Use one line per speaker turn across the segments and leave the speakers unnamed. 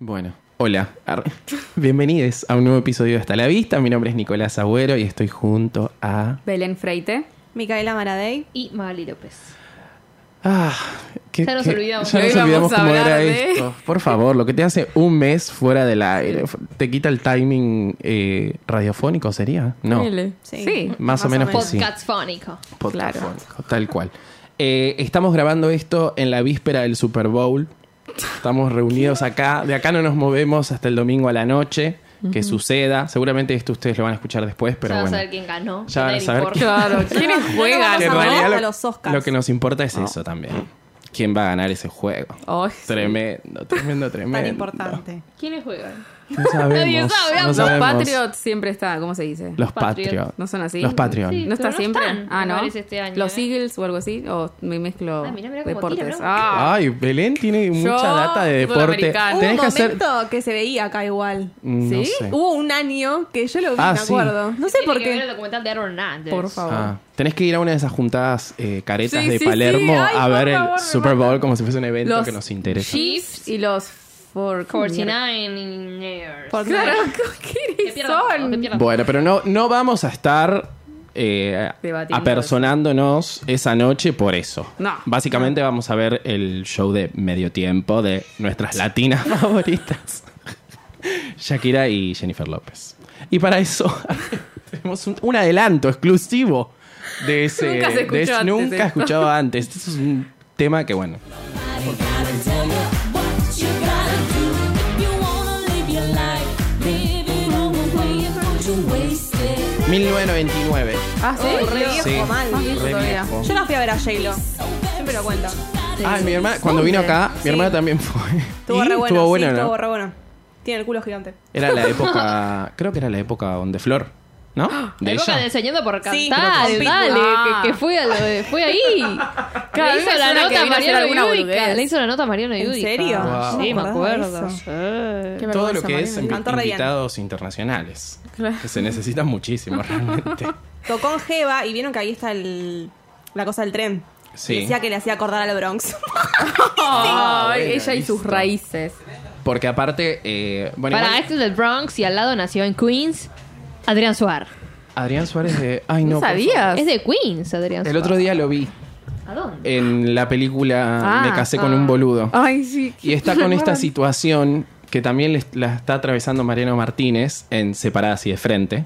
Bueno, hola, ar- bienvenidos a un nuevo episodio de Hasta la Vista. Mi nombre es Nicolás Agüero y estoy junto a...
Belén Freite.
Micaela Maradei.
Y Magali López.
Ah, que-
Ya nos
que-
olvidamos.
Ya
Hoy
nos
vamos
olvidamos
a
cómo
hablar
era
de-
esto. Por favor, lo que te hace un mes fuera del aire. F- Te quita el timing eh, radiofónico, ¿sería? No.
Ponele. Sí.
Sí.
Más, o menos que sí.
Podcast fónico.
Podcast Tal cual. Eh, estamos grabando esto en la víspera del Super Bowl. Estamos reunidos acá. De acá no nos movemos hasta el domingo a la noche. Que suceda. Seguramente esto ustedes lo van a escuchar después, pero
ya van
bueno.
a saber quién ganó.
Ya van a
Nadie
saber
importa.
Claro, ¿quiénes juegan?
Que en
Vamos a
realidad
ver
lo,
a los Oscars.
lo que nos importa es eso también. ¿Quién va a ganar ese juego?
Ay, Oh, sí.
Tremendo, tremendo, tremendo.
Tan importante.
¿Quiénes juegan?
No sabemos.
Nadie sabe,
no
ambos.
Los
sabemos.
Patriots siempre está, ¿cómo se dice?
Los
Patriots.
Patriots.
¿No son así?
Los Patriots.
Sí.
¿No está
Pero no
siempre?
están,
ah,
me
no.
parece, este año,
Los
¿eh?
Eagles o algo así. O me mezclo
Ay, mirá, mirá cómo
deportes.
tira, mirá cómo
ah,
Ay, Belén tiene mucha data de
fútbol
deporte.
americano.
Hubo un
Ah, Tenés que hacer.
momento que se veía acá igual.
Mm, no
¿Sí? Uh,
sé.
Hubo un año que yo lo vi,
Ah,
me
sí.
acuerdo. No sé
Tiene
por
que ver el
qué.
documental de Aaron Hernandez.
por favor.
Ah, tenés que ir a una de esas juntadas eh, caretas
Sí,
de
sí,
Palermo
sí. Ay,
a
por
ver
favor, me
el Super Bowl como si fuese un evento
Los
que nos interesa.
Chiefs y los for- ¿cómo mierda?
49
Por- Claro, ¿qué
Que pierdan todo, que
son?
pierdan
Bueno, pero no, no vamos a estar eh,
Debatiendo
apersonándonos esa noche por eso.
No.
Básicamente vamos a ver el show de medio tiempo de nuestras latinas favoritas. Shakira y Jennifer López. Y para eso tenemos un, un adelanto exclusivo de ese...
Nunca se
de
escuchó
ese-
antes
nunca
esto.
escuchado antes. Este es un tema que, bueno...
Yo
1999.
Ah, sí.
Oh, re viejo,
Sí.
mal.
Más viejo
Re
todavía.
viejo.
Yo la fui a ver a J-Lo. Siempre lo cuento.
Ah, mi hermana, cuando vino acá, mi hermana también fue.
Estuvo
Y
re bueno.
estuvo
sí,
bueno, ¿no?
estuvo re bueno. Tiene el culo gigante.
Era la época, creo que era la época donde Flor, ¿no?
La
De
época de
ella.
enseñando por cantar,
Sí,
dale,
creo que sí.
Ah.
que, que fue, a lo de- fue ahí.
Claro,
le
a mí me
hizo la
suena que vino a
nota a
hacer alguna
Mariano Yudica.
boludez.
Le hizo la nota a Mariano
¿En
Yudica.
serio?
Wow.
No
Sí, me
me
acuerdo.
acordaba de
sí.
Qué
Todo lo
vergüenza,
que es
Mariana.
invi-
Cantó re bien.
invitados internacionales.
Claro.
Que se necesitan muchísimo realmente.
Tocó en Jeva y vieron que ahí está el, la cosa del tren.
Sí.
Y Decía que le hacía acordar al Bronx.
Ay,
bueno,
Ah, ella y sus
Ah, listo.
raíces.
Porque aparte, eh, bueno,
Para
igual-
este del Bronx y al lado nació en Queens, Adrián Suar.
Adrián Suárez de. Ay, no.
¿No
por
sabías?
Es de Queens, Adrián
favor.
Suar.
El otro día Eh, lo vi
¿A dónde?
en la película
Ah,
Me casé con
ah.
un boludo.
Ay, sí.
Y está con esta situación que también les- la está atravesando Mariano Martínez en Separadas y de Frente.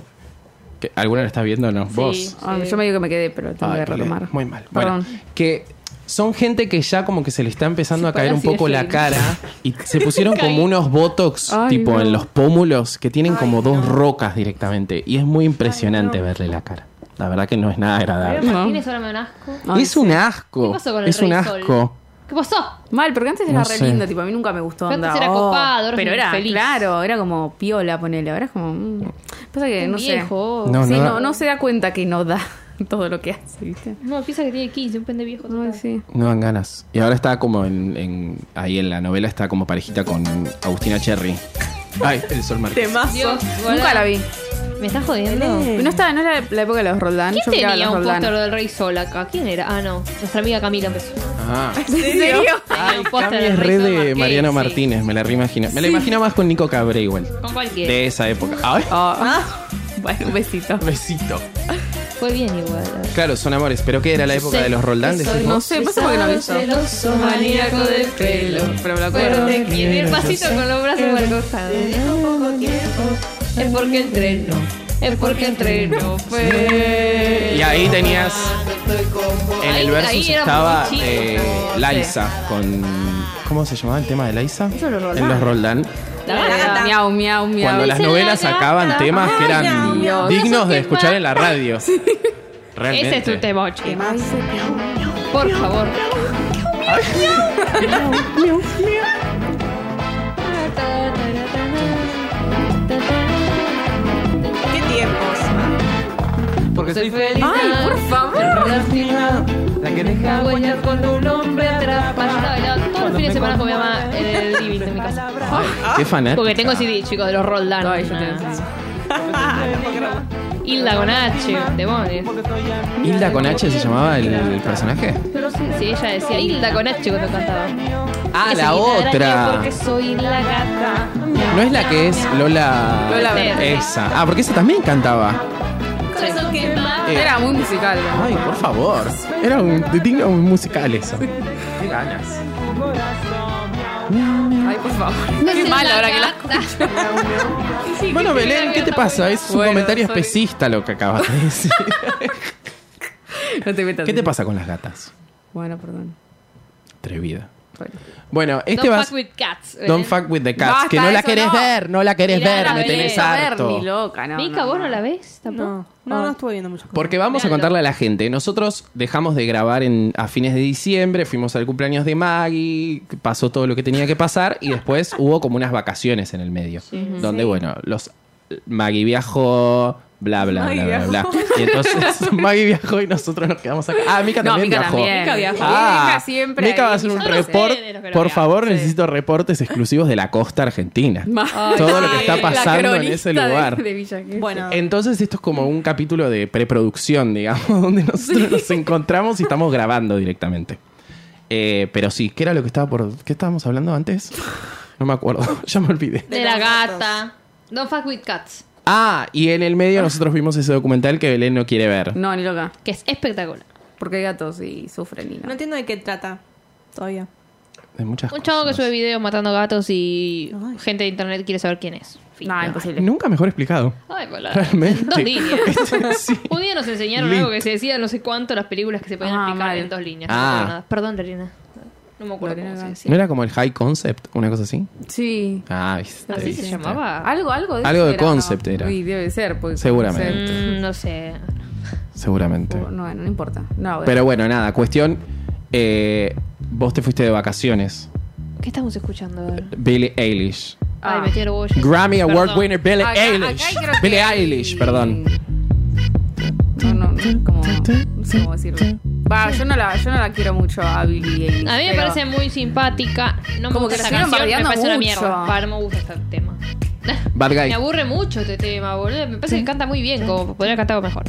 Que, ¿Alguna la estás viendo? No, vos.
Ay, Ah, yo me digo que me quedé, pero tengo
eh, Ay,
que
Belén,
retomar.
Muy mal.
Perdón.
Bueno, que son gente que ya como que se le está empezando a
Separa
caer un
así de
poco la
frente.
cara y se pusieron como unos botox
Ay,
tipo
no.
en los pómulos que tienen como dos rocas directamente y es muy impresionante verle la cara. La verdad que no es nada agradable.
No.
Martínez ahora me da un asco.
Ay,
es un asco.
¿Qué pasó con el
es un
Rey Sol?
asco.
¿Qué pasó?
Mal, porque antes era
No
re
sé.
lindo, tipo, a mí nunca me gustó
Pero antes
andar.
era copado, ahora es
pero
un
era,
infeliz.
claro, era como piola, ponele, ahora es como... mm. Pasa que,
Un
no
viejo.
sé.
No,
sí,
no da-
no, no se da cuenta que no da todo lo que hace, ¿viste?
No, piensa que tiene 15, un pende viejo.
Ay, sí.
No dan ganas. Y ahora está como en, en- ahí en la novela está como parejita con Agustina Cherry. Ay, el sol Marqués.
Temazo.
Dios, boludo.
Nunca la vi.
¿Me estás jodiendo?
No estaba, no era la época de los Roldán.
¿Quién
yo miraba
tenía
los
un
Roldán.
póster del Rey Sol acá? ¿Quién era? Ah, no. Nuestra amiga Camila empezó.
Ah.
¿En serio?
Tenía un póster
Cami
del
es
Rey
re
Sol
de
Marqués,
Mariano
sí.
Martínez, me la reimagino. Me la imagino más con Nico Cabré igual.
Con
De
cualquiera.
esa época. Ay,
Ah. Bueno, un besito.
besito.
Fue bien igual. la verdad.
Claro, son amores, pero ¿qué era la época de los Roldán? decís
No
vos?
sé, pasa porque no vi yo.
Celoso,
maníaco de pelo.
Pero me lo
Pero
acuerdo. Eh,
te quiere el pasito con los brazos mal costados. Es porque entreno. Es porque entreno. Fue.
Y ahí tenías, en
Ahí-
el versus
ahí éramos
estaba
muy chicos,
eh,
¿no?
Laisa con... ¿cómo se llamaba el tema de Laisa?
Eso los Roldán.
En los Roldán.
La verdad.
Miau, miau, miau.
Cuando las
la
novelas
gata.
sacaban temas que eran
Ay,
Dios.
dignos de
Eso
escuchar
quema.
en la radio.
Ese
Realmente.
es tu tema, ocho.
Temazo.
Por favor.
Qué tiempos.
Porque soy feliz.
Ay, por favor.
La que deja
con un hombre atrapado. Yo la bailaba todos los fines de semana con mi mamá en el living de mi casa.
Qué fanática.
Porque tengo CD, chicos, de los Roldán.
Ay, yo
Nada.
tengo.
Hilda con H, demonios.
Hilda con H se llamaba el, el personaje.
Sí, ella decía Hilda con H cuando cantaba.
Ah,
Que
la
soy la
otra.
araña Porque soy la gata.
No es la que es Lola.
Lola Verde.
Esa. Ah, porque esa también cantaba.
Corazón que va.
Eh,
Era muy musical. ¿no?
Ay, por favor. Era un digno musical eso. Qué ganas.
Ay, por favor.
No
Qué
soy
mal
la
ahora que la.
gata.
Bueno, Belén, ¿qué te pasa? Es un
Bueno,
comentario
soy-
especista lo que acabas de decir.
No te metas.
¿Qué te pasa con las gatas?
Bueno, perdón.
Atrevida.
Bueno.
Bueno, este
Don't
va.
fuck with cats. ¿eh? Belén.
Don't fuck with the cats.
Basta,
que no la
eso
querés
no.
ver, no la querés
Mirá,
ver,
la
me
Belén.
tenés
No
harto.
ni loca, no.
Mica,
no,
¿vos
no.
no la ves tampoco?
No, no,
Ah.
no estuve viendo muchas cosas.
Porque vamos a
Véanlo.
contarle a la gente, nosotros dejamos de grabar en, a fines de diciembre, fuimos al cumpleaños de Maggie, pasó todo lo que tenía que pasar y después hubo como unas vacaciones en el medio, donde bueno, los Maggie viajó, bla bla
Maggie
bla bla,
viajó.
bla. Y entonces Maggie viajó y nosotros nos quedamos acá. Ah, Mika
No,
también
Mika
viajó.
también.
Mica
viajó.
Ah,
Mica siempre
Mica
ahí.
va a hacer un
Yo no sé
report.
de los que
Por
viajan,
favor,
sí.
necesito reportes exclusivos de la costa argentina.
Ay,
Todo lo que
sí.
está
La
pasando en
cronista
ese
de-
lugar.
de Villa Gesell.
Bueno,
Entonces esto es como un capítulo de preproducción, digamos, donde nosotros nos encontramos y estamos grabando directamente. Eh, pero sí, ¿qué era lo que estaba por... ¿Qué estábamos hablando antes? No me acuerdo, ya me olvidé.
De la gata. Don't fuck with cats.
Ah, y en el medio nosotros vimos ese documental que Belén no quiere ver.
No, ni loca.
Que es espectacular.
Porque hay gatos y sufren y no.
no entiendo de qué trata todavía.
De muchas
Un chavo que
cosas.
sube videos matando gatos y gente de internet quiere saber quién es. Fin.
No, imposible.
Nunca mejor explicado.
Ay, boludo.
Realmente. Este
Dos líneas.
Sí.
Un día nos enseñaron
Lit.
algo que se decía no sé cuánto las películas que se podían
Ah,
explicar
mal.
en dos líneas.
Ah.
No, nada. Perdón, Lorena. No me acuerdo
Lorena
cómo se
Gans.
¿No
decía.
era como el high concept? ¿Una cosa así?
Sí.
Ah, viste.
¿Así se
viste.
llamaba?
Algo, algo de
Algo
eso
de concept era.
Uy, debe ser. porque
Seguramente.
concept- uh,
Mm, no sé.
Seguramente.
No, bueno, no importa. No, bueno.
Pero bueno, nada, cuestión... eh, vos te fuiste de vacaciones.
¿Qué estamos escuchando?
Eh,
A ver.
Billie Eilish.
Ay, metí el bollo.
Grammy Award
Perdón.
winner Billie
Acá- acá
Eilish.
creo
Billie
que-
Eilish, perdón.
No, no, no, como, no sé cómo decirlo. Va, yo no la, yo no la quiero mucho a Billie Eilish.
A mí me
pero-
parece muy simpática. No me
Como
gusta
que la
esa
estuvieron
canción. Me
bardeando
parece una
mucho.
mierda. Para, no me gusta este tema.
Bad
Me
Guy.
aburre mucho este tema, boludo. Me parece que canta muy bien, como podría haber cantado mejor.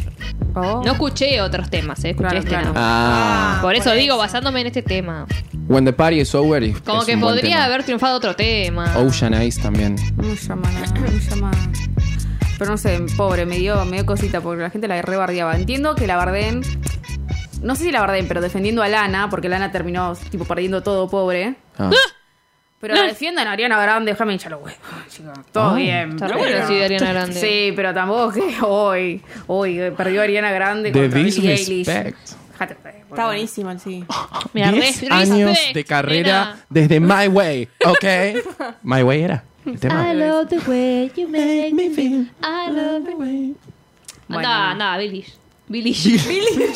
Oh.
No escuché otros temas, eh. escuché
Claro,
este
claro.
nada más.
Ah.
Por eso
por
digo, basándome en este tema.
When the party is over. es-
Como
es
que
un buen
podría
tema.
haber triunfado otro tema.
Ocean Eyes también.
No llama, nada, no llama. Pero no sé, pobre, me dio, me dio cosita porque la gente la rebardeaba. Entiendo que la bardeen. No sé si la bardeen, pero defendiendo a Lana, porque Lana terminó tipo perdiendo todo, pobre.
Ah.
Pero la defiendan a Ariana Grande, déjame hinchar los huevos. chico. Todo
Ay,
bien.
Está
pero-
re bueno, sí, de Ariana Grande.
Sí, pero tampoco que hoy, hoy eh, perdió a Ariana Grande
The
contra Billie Eilish.
Disrespect.
Déjate de joder,
Está
boludo.
buenísima, sí.
Mira,
10
re-
años
respect,
de carrera
nena.
desde My Way, ¿ok? My Way era el tema.
I love the way you make
Make me feel
I love
the way.
Bueno.
Anda, anda, Billy. Billy.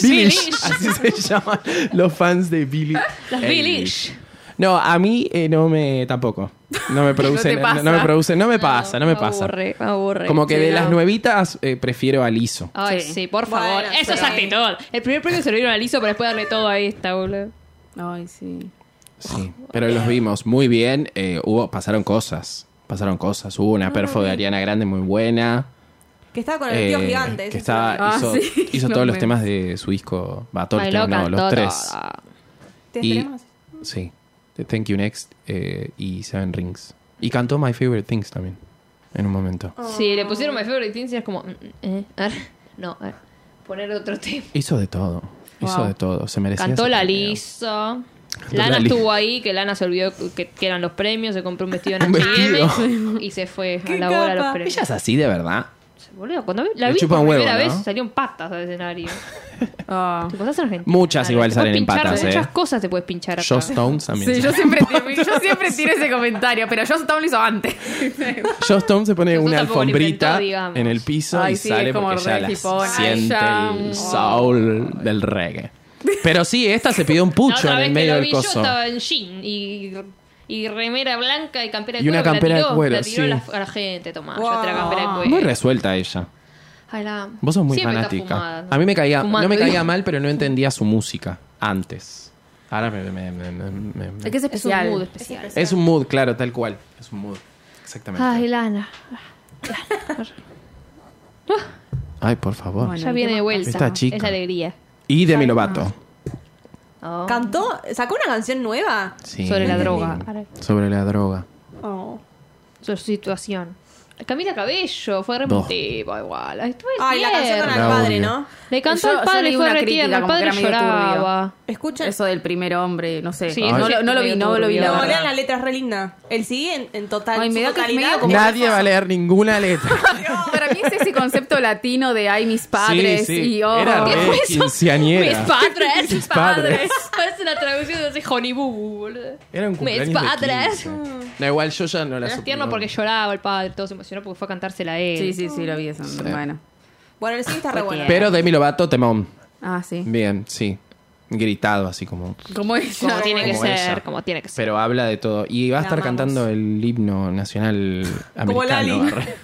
Billish. Así se llaman los fans de Billie
Los
Eilish.
Billish.
No, a mí eh, no me tampoco. No me produce,
te
no,
pasa.
no me produce, no me pasa, no, me pasa.
Aburre, aburre.
Como que
Sí,
de las
no.
nuevitas eh, prefiero a Liso.
Ay,
Sí.
sí, por
Bueno,
favor. Eso es
sí.
actitud. El primer premio se lo dieron a Lizo para después darle todo a esta, boludo.
Ay, sí.
Sí, pero los vimos muy bien. eh, hubo, pasaron cosas. Pasaron cosas. Hubo una perfo de Ariana Grande muy buena.
Que estaba con el tío
eh,
gigante.
que
ese
estaba,
estaba-
Ah,
hizo,
sí,
hizo
no
todos los
me-
temas de su disco. Va, todos los
Bailó,
temas, no, los
cantó,
tres.
todo.
¿Te
y-
esperamos?
Sí. The Thank You Next eh, y Seven Rings. Y cantó My Favorite Things también. En un momento.
Ah.
Sí, le pusieron My Favorite Things y es como... mm, eh, ar, no, ar, poner otro tema.
Hizo de todo. Hizo
Wow.
de todo. Se merecía.
Cantó
ese
la
premio.
Lizo.
Cantó
Lana
la Liz.
estuvo ahí, que Lana se olvidó que, que eran los premios, se compró un vestido en
Un
H&M y se fue a
Qué
la hora de los
capa.
premios.
Ella es así de verdad.
Boludo, cuando la
Le
vi
chupa
por
un huevo,
primera vez
¿no?
salieron patas al escenario.
Ah.
Tipo, estás en Argentina.
Muchas igual
Te
salen
puedes
en
pinchar,
patas,
de Muchas
eh.
cosas te puedes pinchar acá.
Joss Stones también.
Sí, yo siempre, yo siempre tiro ese comentario, pero yo Stone lo hizo antes.
Josh Stone se pone
Nosotros
una
tampoco lo
alfombrita
inventó, digamos.
en el piso
Ay,
y
sí,
sale
es como
porque ya
re
la
hipona.
siente
Ay, ya.
el soul del reggae. Pero sí, esta se pidió un
La
pucho
otra
en
vez
el
que
medio
lo
del
vi yo
coso.
estaba en jean y, y remera blanca y campera de
Y
cuero.
una
que la
campera de
tiró-
cuero,
la tiró
sí.
a, la, a la gente, tomá. Yo
Wow.
te la campera de cuero.
Muy resuelta ella.
Ay, la amo.
Vos sos muy
Siempre está
fanática.
fumada.
A mí me caía, no
Fumando,
me caía
digo.
mal, pero no entendía su música antes. Ahora me, me- me- me- me- me-
Es que es
Es un
especial.
mood especial.
Es un mood, claro, tal cual. Es un mood. Exactamente.
Ay,
Ay,
Lana.
por favor.
Bueno,
Ya viene de vuelta.
Esta chica.
Es alegría.
Y Demi Lovato.
Oh.
Cantó, sacó una canción nueva.
Sí.
Sobre la droga.
Sobre la droga.
Oh.
Su situación. Camila Cabello fue
Dos.
remotiva igual. Estuve
Ay, la canción con el
La
padre,
odio.
¿no?
Le cantó
Yo-
al
yo
padre,
leí
fue
una
re
crítica,
tierno, el
como que
padre
era medio
lloraba.
Escuchen.
Eso del primer hombre, no sé.
Sí,
eso
no,
sí
lo, no lo vi, no lo vi la
turbio.
No,
verdad.
lean la letra es re linda. El sí en, en total.
Ay, me da
su
que- me
totalidad,
da
como-
Nadie va a leer ninguna letra.
Para mí es ese concepto latino de ay, mis padres
Sí, sí.
y oh.
Era
¿Qué
re
fue eso?
quinceañera.
Mis padres.
Mis padres.
Parece la traducción de ese Honey Boo Boo, boludo.
Era un cumpleaños
Mis padres.
de 15. No, igual yo ya no la
Era
supe.
tierno porque lloraba el padre, todo se emocionó porque fue a cantársela a él.
Sí, sí, sí, lo vi eso. Bueno.
Bueno, el sí está re bueno.
Pero Demi Lovato, temón.
Ah, sí.
Bien, sí. Gritado así como...
Como es?
Como tiene que
Como
ser,
ella.
como tiene que ser.
Pero habla de todo. Y va a
La
estar
amamos.
cantando el himno nacional
Como
americano.
Lali.
arre.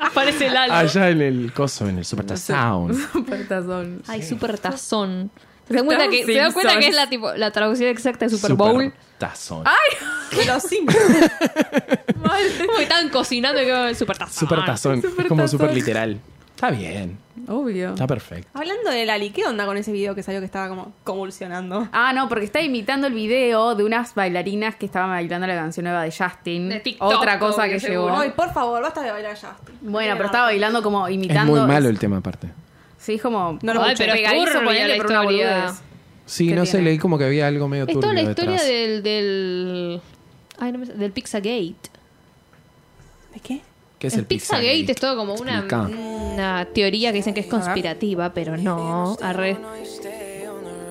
Aparece Ah, el alma.
Allá en el coso, en el Super Sound.
Supertazón.
Ay, super tazón. ¿Se
Estamos
dan cuenta que, se dan cuenta
Simpsons.
que es la, tipo, la traducción exacta de Super Bowl?
Tazón.
Los Sims.
Como que estaban cocinando y quedó el super tazón.
Super Tazón.
Super
es como
Tazón.
super literal. Está bien.
Obvio.
Está perfecto.
Hablando de Lali, ¿qué onda con ese video que salió que estaba como convulsionando?
Ah, no, porque está imitando el video de unas bailarinas que estaban bailando la canción nueva de Justin.
De TikTok,
Otra cosa
obvio,
que llegó.
seguro.
Ay, por favor, basta de bailar ya.
Bueno, pero estaba bailando como
Es
imitando.
muy malo el tema aparte.
Sí, es como.
No lo
Ay,
escuché.
pero
pegadizo,
turbia
ponele,
la
pero una
historia.
boludez.
Sí,
¿Qué
no sé,
tiene?
leí como que había algo medio
Es
turbio
toda la historia
detrás.
del, del. Ay, no me Del Pizzagate.
¿De qué?
¿Qué es
el
el Pizzagate?
Pizzagate es todo como una,
Explicá.
una teoría que dicen que es conspirativa, pero no. Arre.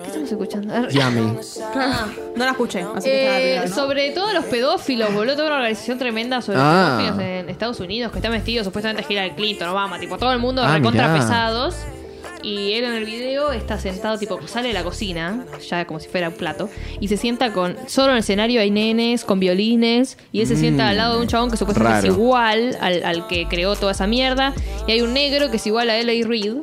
¿Qué estamos escuchando? Arre.
Yummy.
Ah, No la escuché. Así que estaba
Eh,
perdida, ¿no?
Sobre todo los pedófilos, boludo. Toda una organización tremenda sobre
Ah.
pedófilos en Estados Unidos que están vestidos supuestamente a Hillary Clinton, Obama, tipo todo el mundo
Ah,
recontra
mirá.
pesados. Y él en el video está sentado, tipo, sale de la cocina, ya como si fuera un plato, y se sienta con. Solo en el escenario hay nenes, con violines, y él se sienta al lado de un chabón que supuestamente es
Raro.
igual al, al que creó toda esa mierda. Y hay un negro que es igual a L.A. Reid.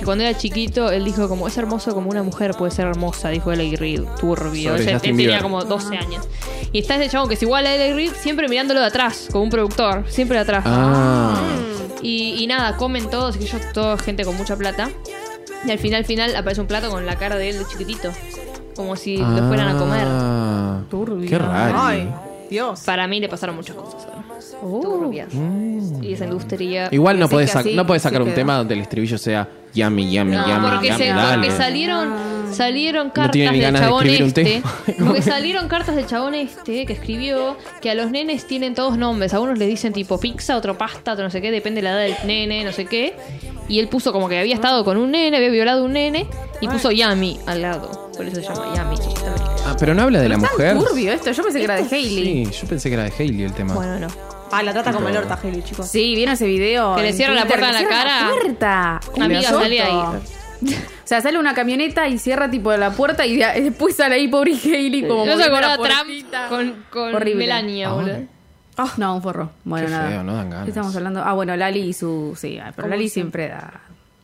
Y cuando era chiquito, él dijo como, es hermoso como una mujer puede ser hermosa, dijo L.A. Reid, turbio.
Sobre
Ella- él
Justin
tenía
Bieber.
como 12 años. Y está ese chabón que es igual a L.A. Reid, siempre mirándolo de atrás, como un productor, siempre de atrás.
Ah.
Y, y nada, comen todos, y que yo, toda gente con mucha plata. Y al final, final, aparece un plato con la cara de él de chiquitito. Como si lo fueran a comer.
Ah.
Turbio.
Qué raro.
Ay, Dios.
Para mí le pasaron muchas cosas. Turbias. Y esa industria.
Mm. Igual no
Pensé
podés,
que
sac-
así
no podés sacar
sí
un
quedó.
tema donde el estribillo sea yummy, yummy,
No,
yummy,
porque,
yummy,
se-
dale.
porque
Ah.
salieron, salieron cartas
tiene ni
del
ganas de
chabón
escribir un
este.
tema.
Porque salieron cartas del chabón este que escribió que a los nenes tienen todos nombres. A unos le dicen tipo pizza, otro pasta, otro no sé qué, depende de la edad del nene, no sé qué. Y él puso como que había estado con un nene, había violado un nene y puso Yami al lado. Por eso se llama Yami. justamente.
Ah, pero no habla de la
Tan
mujer.
turbio esto. Yo pensé que era de Hailey.
Sí, yo pensé que era de Hailey el tema.
Bueno, no.
Ah, la trata como el orta, Heli, chicos.
Sí, vieron ese video.
Que le
en
cierra la
Twitter,
puerta
que
en la
cierra
cara.
la puerta. Un
Amiga,
choto.
salí ahí.
O sea, sale una camioneta y cierra tipo la puerta y de- después sale ahí pobre Hailey como.
Yo se
moviendo la
acordaba a Trump
puertita.
con, con
Horrible.
Melania,
Ay.
boludo.
Ah, No, un forro. Bueno,
Qué
nada.
feo, no dan ganas.
¿Qué Estamos hablando. Ah, bueno, Lali y su. Sí, ah, pero
Como
Lali
siempre.
siempre da.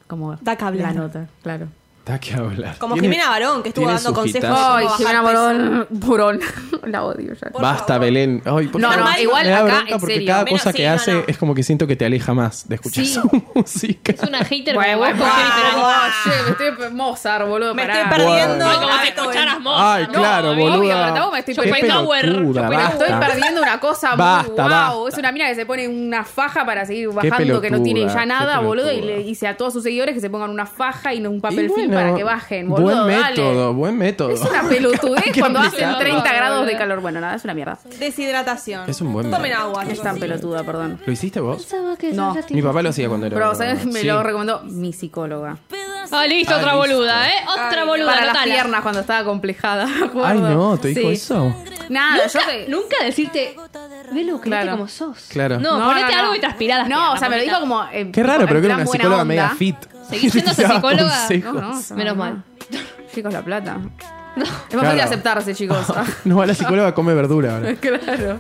Como.
Da que hablar.
La nota, claro.
Está que hablar.
Como
Tiene-
Jimena Barón, que estuvo
tiene
dando
sus
consejos.
hitazos.
Ay,
Ay,
bajar
Jimena
peso.
Borón. Burón. La odio ya.
Por
Basta,
favor.
Belén. Ay, por
No,
favor.
no, igual
Me da
acá,
bronca
en
porque
serio.
cada
Menos-
cosa
sí,
que
no,
hace
no.
es como que siento que te aleja más de escuchar
Sí.
su música.
Es una hater
Bueno,
como vos,
bueno,
con Jennifer Aniston.
che, me estoy Mozart, boludo.
Me
pará.
estoy perdiendo.
Ay, como si
esto,
escucharas
eh.
Mozart.
Ay, claro,
amigo,
boluda.
Obvio, pero tampoco me estoy
Qué
perdiendo.
pelotuda,
Pero
basta.
estoy perdiendo una cosa muy
Basta,
wow.
basta.
Es una mina que se pone una faja para seguir bajando, que no tiene
pelotuda,
ya
qué
nada, boludo. Y
pelotuda.
le dice a todos sus seguidores que se pongan una faja y un papel
Y bueno,
film para que bajen, boludo.
Buen
dale.
método, buen método.
Es una pelotudez
que
cuando hacen
aplicarlo.
30 grados de calor. Bueno, nada, es una mierda.
Deshidratación.
Es un buen
Tomen
método.
agua.
Es
chicos.
tan pelotuda, perdón.
¿Lo hiciste vos?
Pensaba que
No.
ya te-
Mi papá lo hacía cuando era.
Pero, ¿sabes? Me
Sí.
lo recomendó mi psicóloga.
Ah, listo,
Ah,
otra
listo.
boluda, ¿eh? Otra boluda,
Para las
anotala.
piernas cuando estaba complejada. me acuerdo.
Ay, no, ¿te dijo
Sí.
eso?
Nada, yo te-
Nunca decirte, velo, créete
Claro.
como sos.
Claro.
No,
No,
ponete
no, no.
algo y transpirá las
No, o
piernas,
sea, me lo
mamita.
dijo como. eh,
Qué raro,
en
pero que era
plan
una
buena
psicóloga
onda.
media fit.
¿Seguís siendo
Te daba
psicóloga?
consejos.
No, no, se
Menos
va.
mal.
Chicos, la plata. Es más
Claro.
fácil aceptarse, chicos.
No, a la psicóloga come verdura ahora.
claro.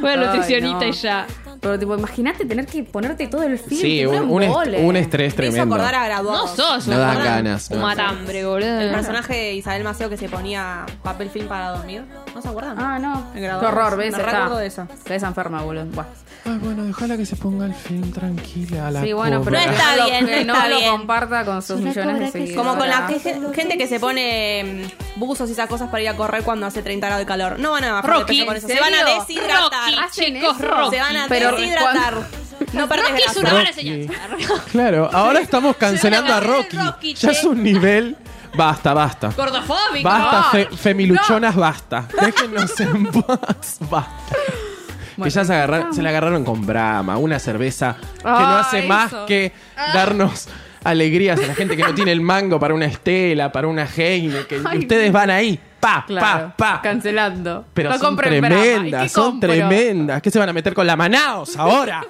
Fue
Ay,
nutricionista
no.
y ya.
Pero tipo, imagínate tener que ponerte todo el film.
Sí,
tipo,
un, un est-
embole.
un estrés
Me hizo
tremendo.
acordar a graduados.
No sos eh.
No
un
dan
matam-
ganas, no
Un
dan ganas.
matambre, boludo.
El personaje de Isabel Maceo que se ponía papel film para dormir. ¿No se acuerdan?
Ah, no.
En
Qué
graduados.
horror, ¿ves?
Me
Está-
recuerdo de eso.
Quedás enferma, boludo. Buah.
Ay, bueno, déjala que se ponga el film tranquila. La
Sí, bueno, pero
pobre.
No
que
está
lo-
bien,
que
no
no
está
lo
bien.
comparta con sus
Una
millones de
cobra que se-
seguidores.
Como con la que- gente que se pone mm, buzos y esas cosas para ir a correr cuando hace 30 grados de calor. No van a bajar de
Rocky,
peso Ah, con eso.
¿en
Se van a
serio?
deshidratar.
Rocky,
¿Hacen
chicos,
eso?
Rocky.
Se van a
Pero
deshidratar.
cuando-
No perdés
Rocky es
grasa.
una mala
Rocky.
señal.
Claro, ahora estamos cancelando a
van a
Rocky.
hacer Rocky,
ya
che.
es un nivel. Basta, basta.
Gordofóbico.
Basta, fe- femiluchonas, basta. Déjennos en paz, basta. que ya se, agarra- se la agarraron con Brahma, una cerveza que no
Ah,
hace más
eso. Ah.
que darnos alegrías a la gente que no tiene el mango para una Estela, para una Heineken. que
Ay,
ustedes van ahí, pa,
Claro,
pa, pa.
cancelando.
Pero
no
son
compren Brahma. ¿Y qué
tremendas, son
compro?
tremendas. ¿Qué se van a meter con la Manaos ahora?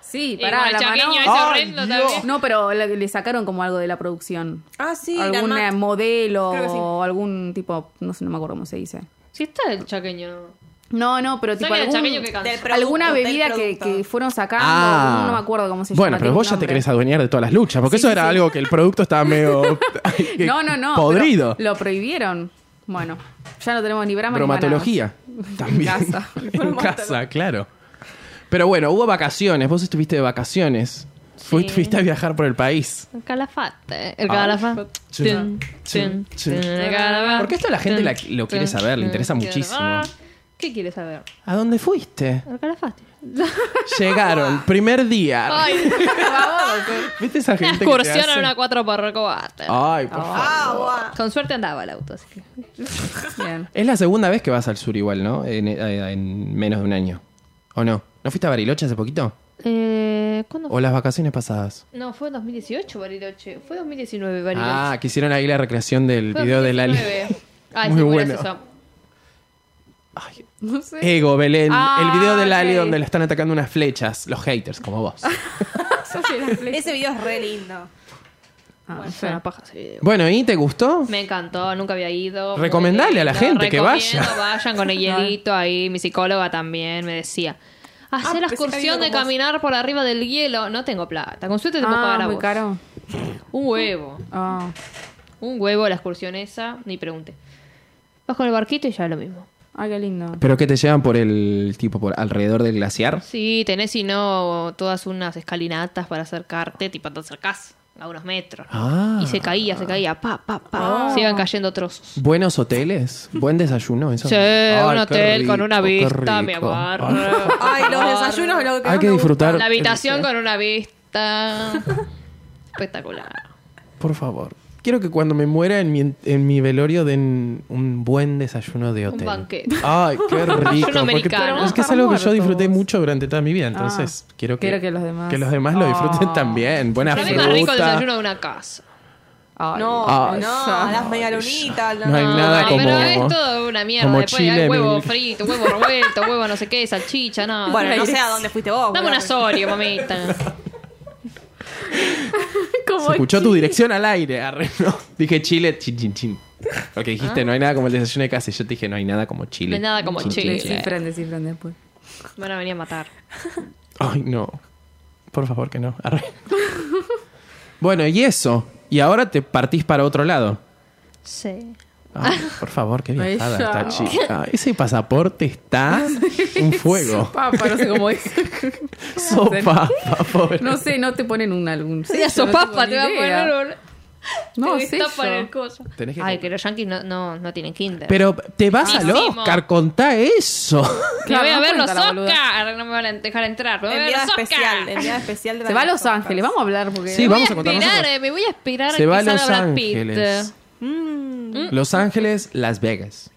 Sí,
Y con
pará,
el
la
chaqueño
mano.
es
Ay,
horrendo
Dios.
también.
No, pero le, le sacaron como algo de la producción.
Ah, sí,
Algún
la
eh,
ma-
modelo
Creo que sí.
o algún tipo, no sé, no me acuerdo cómo se dice.
Sí está el chaqueño.
No, no, pero tipo
Sale el
algún-
chaqueño que
del
cansa.
producto,
alguna
del
bebida que,
producto.
que fueron sacando, no me acuerdo cómo se llama.
Ah. Bueno, pero
tiene
vos ya
un
te
nombre.
querés adueñar de todas las luchas, porque
Sí,
eso
sí,
era
sí.
algo que el producto estaba medio. que-
No, no, no.
Podrido.
pero Lo prohibieron. Bueno, ya no tenemos ni brama ni
Bromatología. También.
En casa.
en casa, claro. Pero bueno, hubo vacaciones. Vos estuviste de vacaciones. Fuiste, fuiste a viajar por el país.
El calafate. ¿eh? El
Ah.
calafate.
Sí.
Tun,
Sí.
tun,
Sí.
tun, el calafate.
Porque esto la gente
Tun,
la- lo quiere
tun,
saber, le
tun,
interesa
tun.
muchísimo.
Ah, ¿Qué quiere saber?
¿A dónde fuiste?
El calafate.
Llegaron, primer día.
Ay,
Ah,
¿Viste esa
una
gente que te
excursión
hace?
en una cuatro por recobate.
Ay, por favor.
Ah, guau.
Con suerte andaba el auto, así que.
nada. Bien.
Es la segunda vez que vas al sur igual, ¿no? En, eh, en menos de un año. ¿O no? ¿No fuiste a Bariloche hace poquito?
Eh, ¿Cuándo
¿O las vacaciones pasadas?
No, fue en 2018 Bariloche. Fue 2019 Bariloche.
Ah, que hicieron ahí la recreación del
Fue
video de Lali.
2019. Ay,
Muy
sí,
bueno.
bueno. Eso.
No sé.
Ego, Belén.
Ah,
el video de Lali
ok.
donde la están atacando unas flechas. Los haters, como vos.
Ese video es re lindo.
Ah,
Bueno,
sí.
fue una paja sí.
bueno, ¿y te gustó?
Me encantó, nunca había ido. Muy
Recomendale a la
lindo.
gente que vaya.
Recomiendo, Vayan con el hielito ahí. Mi psicóloga también me decía. Hacer
Ah, pensé
la
que había
excursión
ido
de
con vos.
caminar por arriba del hielo. No tengo plata. Con suerte te puedo pagar
Ah,
a
muy
vos.
caro.
Un huevo.
Ah.
Un huevo la excursión esa. Ni pregunte. Vas con el barquito y ya es lo mismo.
Ay, qué lindo.
Pero que te llevan por el tipo por alrededor del glaciar.
Sí, tenés si no todas unas escalinatas para acercarte, tipo te acercás a unos metros.
Ah.
Y se caía, se caía, pa, pa, pa.
Ah.
Se iban cayendo trozos.
Buenos hoteles, buen desayuno, eso.
Sí,
Ay,
un
qué
hotel con
rico,
una
qué
vista, mi
rico.
amor.
Ay, los desayunos, lo que
Hay
más
que
me
disfrutar.
La habitación con una vista. Espectacular.
Por favor. Quiero que cuando me muera en mi, en mi velorio den un buen desayuno de hotel.
banquete.
Ay, qué
Desayuno
rico. porque
americano.
es que es
Pero
algo que yo
muertos.
disfruté mucho durante toda mi vida. Entonces,
Ah.
quiero, que,
Quiero que los demás-
que los demás lo disfruten
Oh.
también. Buena
Para mí es más rico el
fruta.
desayuno de una casa.
Ay,
No,
Ay,
no, las medialunitas.
No hay nada
Ay,
como-
Pero es todo una mierda.
como
Después
chile
hay
en
huevo
el-
frito, huevo revuelto, huevo no sé qué, salchicha, no.
Bueno, Ah, no sé a dónde fuiste vos.
Dame una
pero-
sorio, mamita.
Se escuchó tu dirección al aire. arre, ¿no? Dije Chile, chin, chin, chin. Porque dijiste, no hay nada como el desayuno de casa. Y yo te dije, no hay nada como Chile.
Ah. No hay nada como
Chin, chin,
Chile.
chin.
Descifran, descifran después.
Van a venir a matar.
Ay, no. Por favor, que no. Arre. bueno, y eso. Y ahora te partís para otro lado.
Sí.
Ay, por favor, qué viajada
Ella.
esta chica. Ese pasaporte está un fuego.
Papa, no sé cómo es.
Sopa, pobre.
No sé, no te ponen un álbum.
Sí, a sopapa te va a poner un...
No,
te
sé
destapan el
yo.
coso.
Tenés que
Ay,
comprar.
que los yankees no, no, no tienen kinder.
Pero te vas
Ah,
al
sí,
Oscar,
mo.
contá eso.
Que voy
Claro,
a
no
ver los
cuenta la boluda.
Oscar. No me van a dejar entrar. Me voy a ver
Enviada
los
especial,
Oscar.
enviada especial de
Se va a
Vanessa
Los
Oscar.
Ángeles, vamos a hablar porque...
Sí,
Me voy
vamos
a
a contar
esperar,
nosotros.
eh, me voy a esperar
Se
a Mm.
va a
que
Los
salga Brad Pitt.
Ángeles. Los Ángeles, Las Vegas.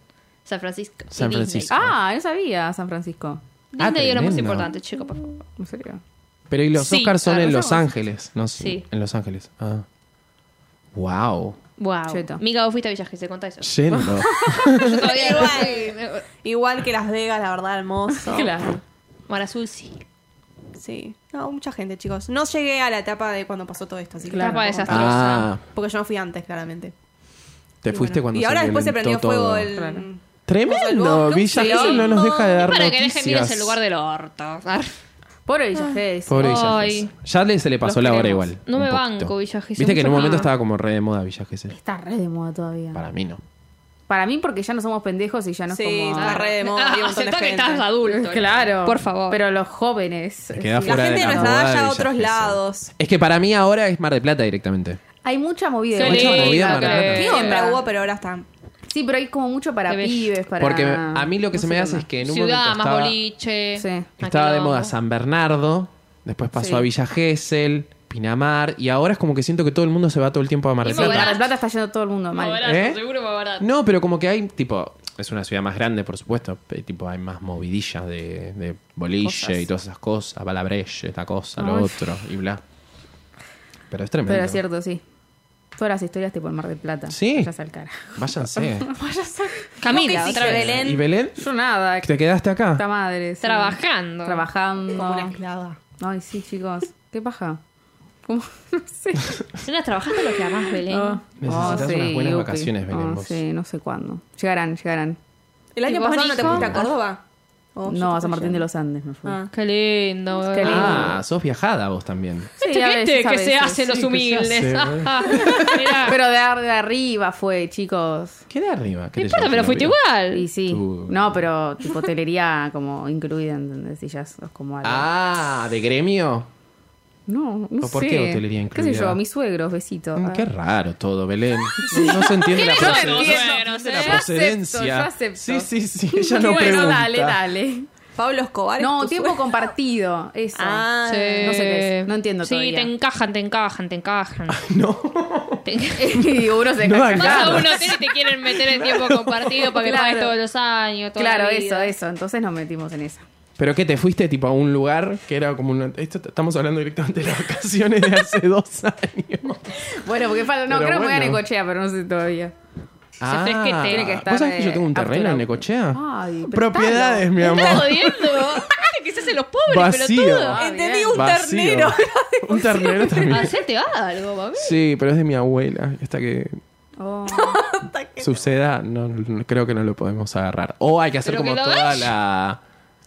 San Francisco. y
San
Disney.
Francisco. Ah,
Ah, no sabía San Francisco.
Disney es lo más
tremendo.
importante, chico, por favor.
En serio.
Pero y los
Sí,
Oscars son
claro,
en
los
Los
Oscars.
Ángeles. No sé.
Sí.
En Los Ángeles. Ah. Wow.
Wow.
Cheto.
Mica, vos fuiste a Villa Gesell, contá eso.
Yendo.
Yo todavía no
Igual.
sé.
Igual que Las Vegas, la verdad, hermoso.
Claro.
Mar Azul, sí.
Sí. No, mucha gente, chicos. No llegué a la etapa de cuando pasó todo esto, así que
Claro.
Tapa
tampoco-
desastrosa.
ah,
Porque yo no fui antes, claramente.
te fuiste
Bueno,
cuando
Y ahora después se
violentó
prendió fuego
todo.
el.
Claro.
Tremendo.
Salvó,
Villa
sí.
Gesell no nos deja de
Es
dar
para que
noticias.
dejen bien ese lugar del orto.
Por Pobre Villa Gesell.
Pobre Villa
Ay.
Gesell. Ya le, se le pasó
Los
la hora
queremos.
igual.
No
un
me
poquito.
banco Villa Gesell,
Viste que en un
mucho
momento
no.
estaba como re de moda Villa Gesell.
Está re de moda todavía.
Para mí no.
Para mí, porque ya no somos pendejos y ya no es
Sí,
como. ah,
está re de moda, había un montón de
aceptá Ah, que
gente.
estás adulto.
Claro.
Por favor.
Pero los jóvenes.
Queda
sí.
fuera
gente
de la
de nuestra
moda
edad ya
de
a
Villa
otros
Gesell.
lados.
Es que para mí ahora es Mar de Plata directamente.
Hay mucha movida.
Qué
igual.
Mucha
lindo
movida,
que
Margarita.
es.
Sí,
Siempre
onda.
hubo, pero ahora está.
Sí, pero hay como mucho para
Qué bello.
pibes, para.
Porque me- a mí lo que
no
se me
sé
hace
qué
es que en un
Ciudad,
momento
más
estaba,
boliche. Ah,
Sí.
más
estaba de
quilombo.
moda San Bernardo, después pasó
Sí.
a Villa Gesell, Pinamar, y ahora es como que siento que todo el mundo se va todo el tiempo a Mar
Y
del
me
Plata.
onda. Sí, Mar
barato.
del Plata está yendo todo el mundo
Más
mal.
barato,
¿Eh?
seguro más barato.
No, pero como que hay, tipo, es una ciudad más grande, por supuesto, pe- tipo, hay más movidillas de, de boliche
Cosas.
y todas esas cosas, balabrelle, esta cosa,
Ay.
lo otro, y bla. Pero es tremendo.
Pero es cierto, sí. Todas las historias tipo el Mar del Plata.
Sí.
Ya al cara.
Váyanse.
Camila,
No, que
otra
sí,
vez.
Belén.
¿Y Belén?
Yo nada.
¿Te quedaste
Puta
acá?
madre. sí.
Trabajando.
Trabajando.
Como una esclava.
Ay, sí, chicos. ¿Qué paja? ¿Cómo? No sé.
Si no trabajaste lo que
Oh.
amás, Belén.
No.
Necesitas unas buenas vacaciones, Belén,
Ah,
vos.
sí, no sé cuándo. Llegarán, llegarán.
¿El año
vos,
pasado no te
Nico?
fuiste a Córdoba? Oh, yo
no,
te
a San
fui
Martín
ayer.
de los Andes me fui.
Ah.
Qué lindo.
Qué lindo.
Ah, sos viajada vos también.
Sí, a veces, a
Este que se
veces,
hacen los
sí, que se
humildes.
hace,
Mirá.
Pero de, ar- de arriba fue, chicos.
¿Qué de arriba? ¿Qué
No
te llevaste
importa, pero
la
fuiste
vida?
igual.
Y sí.
Tú.
No, pero tipo hotelería como incluida, ¿entendés? Y ya sos como algo.
Ah, ¿de gremio?
No, no
¿Por
sé.
qué hotelería
¿Qué
incluida?
sé yo? Mis suegros, besitos.
Mm, Qué raro todo, Belén. No, no se entiende la
¿Qué
procedencia.
son los
No
suegros,
se entiende la
eh? Yo
acepto,
procedencia.
yo acepto.
Sí, sí, sí. Ella no
bueno,
pregunta.
dale, dale.
Pablo Escobar.
No,
¿es tu
tiempo
suegro?
compartido, eso.
Ah,
Sí.
No sé qué es, no entiendo
Sí,
todavía.
te encajan, te encajan, te encajan.
No.
Te encajan.
y uno se
No
deja
da
Vas
Claro.
a un hotel y te quieren meter el tiempo compartido para que
Claro.
pagues todos los años. toda
Claro,
la
eso,
vida.
eso. Entonces nos metimos en esa.
¿Pero qué? ¿Te fuiste tipo a un lugar que era como una... Esto t- estamos hablando directamente de las vacaciones de hace dos años.
Bueno, porque falta. No,
Pero
creo que me voy a
bueno.
Necochea, pero no sé todavía.
sabés que tiene que
estar,
Ah, ¿Vos sabés que yo tengo un
eh,
terreno
Arturo. Ah,
en Necochea?
Ay, prestalo.
Ah. Propiedades, mi
Me estás
amor.
jodiendo. que se hacen los pobres,
Vacío.
pelotudo.
Ah,
Entendí
bien.
un
Vacío.
ternero.
Un ternero también.
Hacete algo, mami.
Sí, pero es de mi abuela. Hasta que
Oh.
suceda, no, no- creo que no lo podemos agarrar. O hay que hacer
Pero
como
que lo
toda
hagas.
la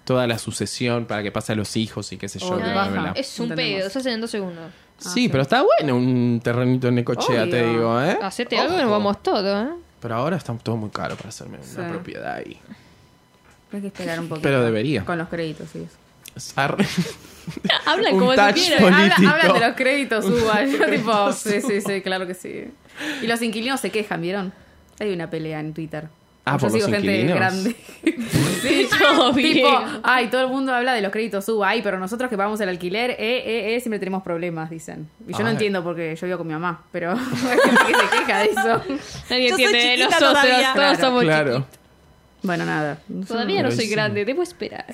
toda la sucesión para que pase a los hijos y qué sé yo.
Oh,
bla,
qué
bla,
baja.
bla.
Es un
Entendemos.
pedo, se hacen en dos segundos.
Sí, pero está bueno un terrenito en Necochea,
Obvio.
te digo, ¿eh?
Hacete
Ojo.
algo y nos vamos todos, ¿eh?
Pero ahora está todo muy caro para hacerme una
Sí.
propiedad ahí.
Hay que esperar un poquito.
Pero debería.
Con los créditos, sí.
Arre.
Hablan
Un
como
touch
si quieran.
point.
Habla,
Político.
hablan de los créditos, Uva. Yo tipo, sí, sí, sí, claro que sí. Y los inquilinos se quejan, ¿vieron? Hay una pelea en Twitter.
Ah,
yo
¿por los
sigo gente
inquilinos?
grande. sí,
Todo
yo, tipo,
bien.
ay, todo el mundo habla de los créditos Uva, ay, pero nosotros que pagamos el alquiler, eh, eh, eh, siempre tenemos problemas, dicen. Y yo no
Ay.
entiendo porque yo vivo con mi mamá, pero hay gente que se queja de eso.
Nadie
Yo soy
entiende de
chiquita
nosotros,
todavía.
todos
Claro.
somos
claro.
chiquitos.
Bueno, nada.
Todavía no
Pero
soy
sí.
grande, debo esperar.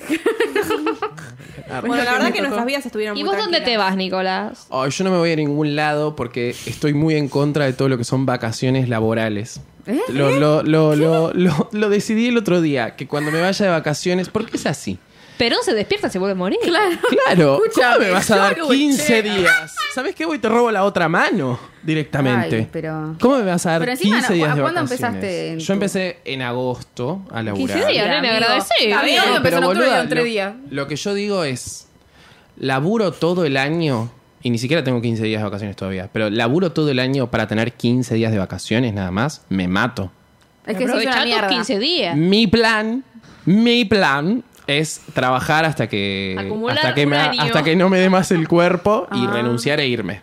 Bueno, la verdad que
tocó.
nuestras vidas estuvieron
¿Y
muy
vos dónde te
tranquilas.
vas, Nicolás?
Ay, yo no me voy a ningún lado porque estoy muy en contra de todo lo que son vacaciones laborales.
¿Eh?
Lo, lo, lo, lo, lo- lo decidí el otro día, que cuando me vaya de vacaciones, porque es así.
Perón se despierta, se vuelve a morir.
Claro,
Escúchame,
¿cómo me vas a dar
yo
15
luché.
días? ¿Sabes qué? Voy y te robo la otra mano directamente.
Ay, pero-
¿Cómo me vas a dar
Pero encima,
15
no,
días
¿cu-
de
cuándo
vacaciones?
empezaste en
Yo
tu-
empecé en agosto a laburar.
15 días,
Mira,
nene,
amigo,
agradecí.
está bien,
No,
Ah, empezó en octubre,
Eh, boluda,
en tres
lo-
días.
Lo que yo digo es, laburo todo el año, y ni siquiera tengo 15 días de vacaciones todavía, pero laburo todo el año para tener 15 días de vacaciones nada más, me mato.
Es que sí, es una
Aprovechá
mierda.
tus 15 días.
Mi plan, mi plan es trabajar hasta que
Acumular
hasta que, me-
uranio.
hasta que no me dé más el cuerpo y
Ah. Oh.
renunciar e irme.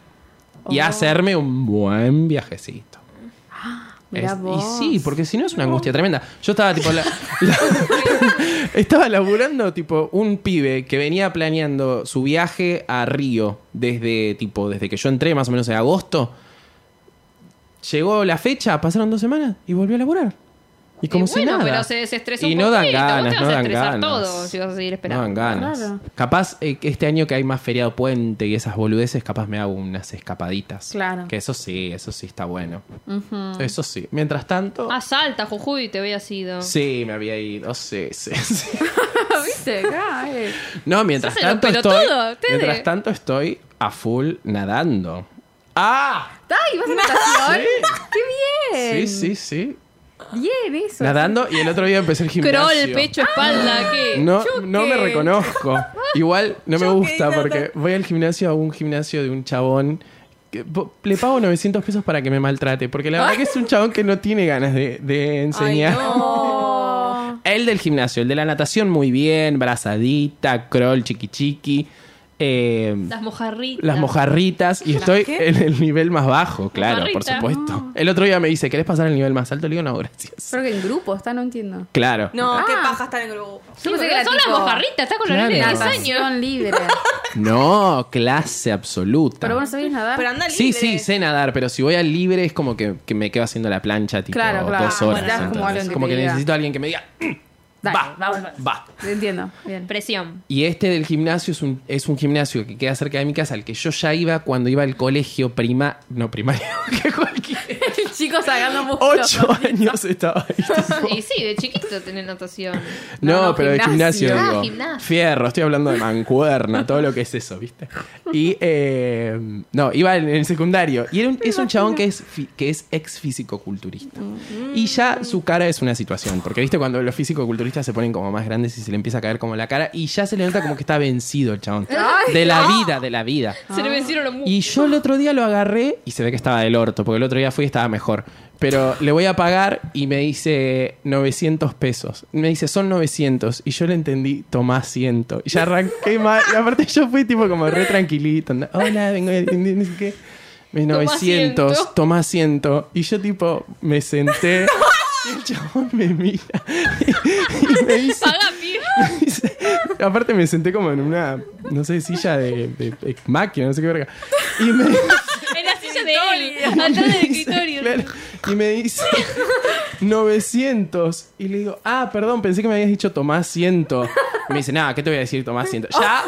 Y hacerme un buen viajecito.
Mirá
Es-
vos.
Y sí, porque si no es una angustia tremenda. Yo estaba tipo. la- la- estaba laburando, tipo, un pibe que venía planeando su viaje a Río desde, tipo, desde que yo entré, más o menos en agosto. Llegó la fecha, pasaron dos semanas y volvió a laburar. Y como
Y
si
bueno,
nada.
pero se desestresó
Y
un
no dan
poquito, vos te
ganas,
vas
no
a
dan
estresar
ganas.
todo si vas a seguir esperando.
No dan ganas.
Claro.
Capaz eh, que este año que hay más feriado puente y esas boludeces, capaz me hago unas escapaditas.
Claro.
Que eso sí, eso sí está bueno. Eso sí. Mientras tanto.
Ah, salta, Jujuy, te había sido.
Sí, me había ido. Sí, sí, sí.
¿Viste? Acá, eh.
No, mientras
Sos el
tanto estoy.
pelotudo, Tede.
Mientras tanto estoy a full nadando. ¡Ah!
¡Ay, vas a natación! ¡Qué bien!
Sí, sí, sí.
Bien, eso.
Nadando y el otro día empecé el gimnasio.
Crawl, pecho, espalda, ¿qué?
No,
Yo
no me
qué.
reconozco. Igual no me
Yo qué
gusta
nada.
porque voy al gimnasio a un gimnasio de un chabón. Que, po- le pago 900 pesos para que me maltrate. Porque la verdad que es un chabón que no tiene ganas de, de enseñar.
no.
El del gimnasio, el de la natación, muy bien. Brazadita, crawl, chiqui chiqui. eh,
Las mojarritas.
las mojarritas. Y estoy
qué?
en el nivel más bajo, claro, por
Mojarrita.
Mm.
supuesto. El otro día me dice, ¿querés pasar al nivel más alto? Le digo, no, gracias.
Creo que en grupo está, no entiendo.
Claro.
No, qué
Ah.
paja estar en grupo.
Sí,
Yo pensé
porque
que era
son las
tipo-
mojarritas, está con los
Claro.
nenes de 10 años.
Natación libre.
No, clase absoluta.
Pero vos no sabés nadar.
Pero anda libre.
Sí, sí, sé nadar, pero si voy al libre es como que, que me quedo haciendo la plancha tipo
Claro, claro.
dos
Ah,
horas.
bueno, como
¿entendés?
alguien que
como
te
que
diga.
necesito a alguien que me diga,
Dale,
va,
vamos,
va.
Te entiendo. Bien.
Presión.
Y este del gimnasio es un, es un gimnasio que queda cerca de mi casa, al que yo ya iba cuando iba al colegio prima... No, primario, que cualquier...
Chicos sacando músculo.
Ocho años estaba ahí. tipo.
Y sí, de chiquito tenés natación.
No,
No, no,
pero
gimnasio.
de gimnasio,
Ah,
digo.
gimnasio.
Fierro, estoy hablando de mancuerna, todo lo que es eso, ¿viste? Y eh, no, iba en el secundario. Y era un- es un chabón que es, fi- que es ex físico-culturista. Y ya su cara es una situación. Porque, ¿viste? Cuando los físico-culturistas se ponen como más grandes y se le empieza a caer como la cara. Y ya se le nota como que está vencido el chabón. De la vida, de la vida.
Se le vencieron los músculos.
Y yo el otro día lo agarré y se ve que estaba del orto, porque el otro día fui y estaba mejor. Pero le voy a pagar y me dice 900 pesos. Me dice, son 900. Y yo le entendí, tomá 100. Y ya arranqué mal. Y aparte yo fui tipo como re tranquilito. anda, Hola, vengo de... no sé qué. Me dice,
Tomá
900,
100.
tomá 100. Y yo tipo me senté. Y el chabón me mira. Y, me dice...
Paga, pibe.
Aparte me senté como en una, no sé, silla de, de- de máquina, no sé qué verga. Y me,
En la silla de él. Atrás del escritorio.
claro, y me dice 900. Y le digo, ah, perdón, pensé que me habías dicho tomás 100. Me dice, nada, ¿qué te voy a decir tomás 100? Ya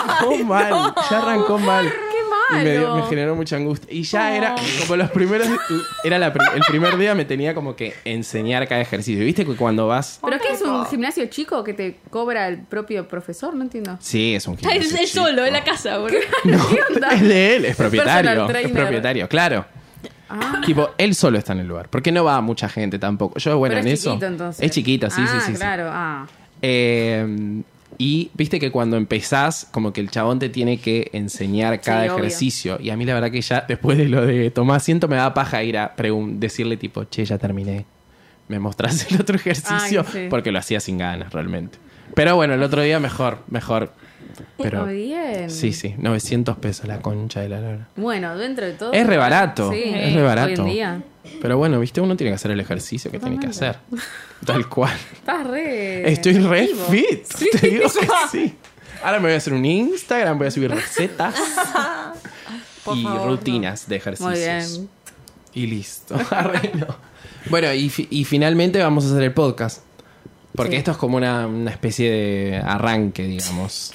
arrancó mal, ya arrancó mal. Y me, dio-
malo.
me generó mucha angustia. Y ya era como los primeros. Era la pri- el primer día me tenía como que enseñar cada ejercicio. ¿Viste que cuando vas.
¿Pero qué es un gimnasio chico que te cobra el propio profesor? No entiendo.
Sí, es un
Está él
gimnasio
él
chico.
solo, en la casa, boludo.
No,
¿Qué onda?
es de él, es propietario.
Personal
Es
trainer.
propietario, claro.
Ah.
Tipo, él solo está en el lugar. Porque no va mucha gente tampoco. Yo, bueno,
Pero
en
es
eso.
chiquito entonces.
Es chiquito, sí,
ah,
sí, sí, sí.
Claro, ah.
Eh, y viste que cuando empezás, como que el chabón te tiene que enseñar cada
obvio.
ejercicio. Y a mí la verdad que ya después de lo de tomar asiento me daba paja ir a pregun- decirle tipo, che, ya terminé. Me mostrás el otro ejercicio
Ay, sí.
porque lo hacía sin ganas realmente. Pero bueno, el otro día mejor, mejor. Pero
Muy bien.
sí, sí, 900 pesos la concha de la lora.
Bueno, dentro de todo.
Es re barato, es re barato.
Hoy en día.
Pero bueno, viste, uno tiene que hacer el ejercicio que tiene que hacer. Tal cual.
Estás re.
Estoy re
Eh, activo.
fit. Te digo que sí. Ahora me voy a hacer un Instagram, voy a subir recetas y rutinas de ejercicios.
Muy bien.
Y listo. Arre, no. Bueno, y, fi- y finalmente vamos a hacer el podcast. Porque
Sí.
esto es como una, una especie de arranque, digamos.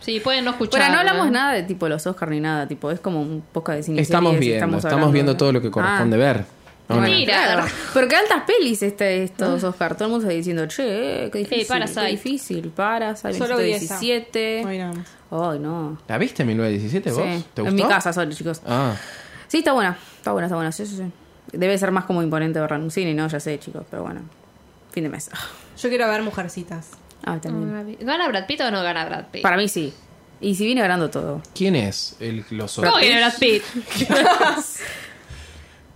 Sí, pueden no escuchar.
Bueno, no hablamos nada de tipo los Oscar ni nada, tipo, es como un poco de cine.
Estamos viendo, estamos, viendo todo lo
Ah,
que corresponde ver. ¿o no?
Bueno. Mira.
Pero qué altas pelis este, estos Oscar. Todo el mundo está diciendo, che, eh, qué difícil.
Parasite.
Qué difícil, Parasite,
Solo vi esa.
17. Ay,
nada más.
no.
¿La viste en 1917 vos?
Sí.
¿Te gustó?
En mi casa solo, chicos.
Ah.
Sí, está buena. Está buena, está buena. Sí, sí, sí. Debe ser más como imponente verla en un cine, ¿no? Ya sé, chicos, pero bueno. Fin de mes.
Yo quiero ver Mujercitas.
Ah, también.
¿Gana Brad Pitt o no gana Brad Pitt?
Para mí sí. Y si viene ganando todo.
¿Quién es el, los
¿Cómo
otros?
viene Brad Pitt?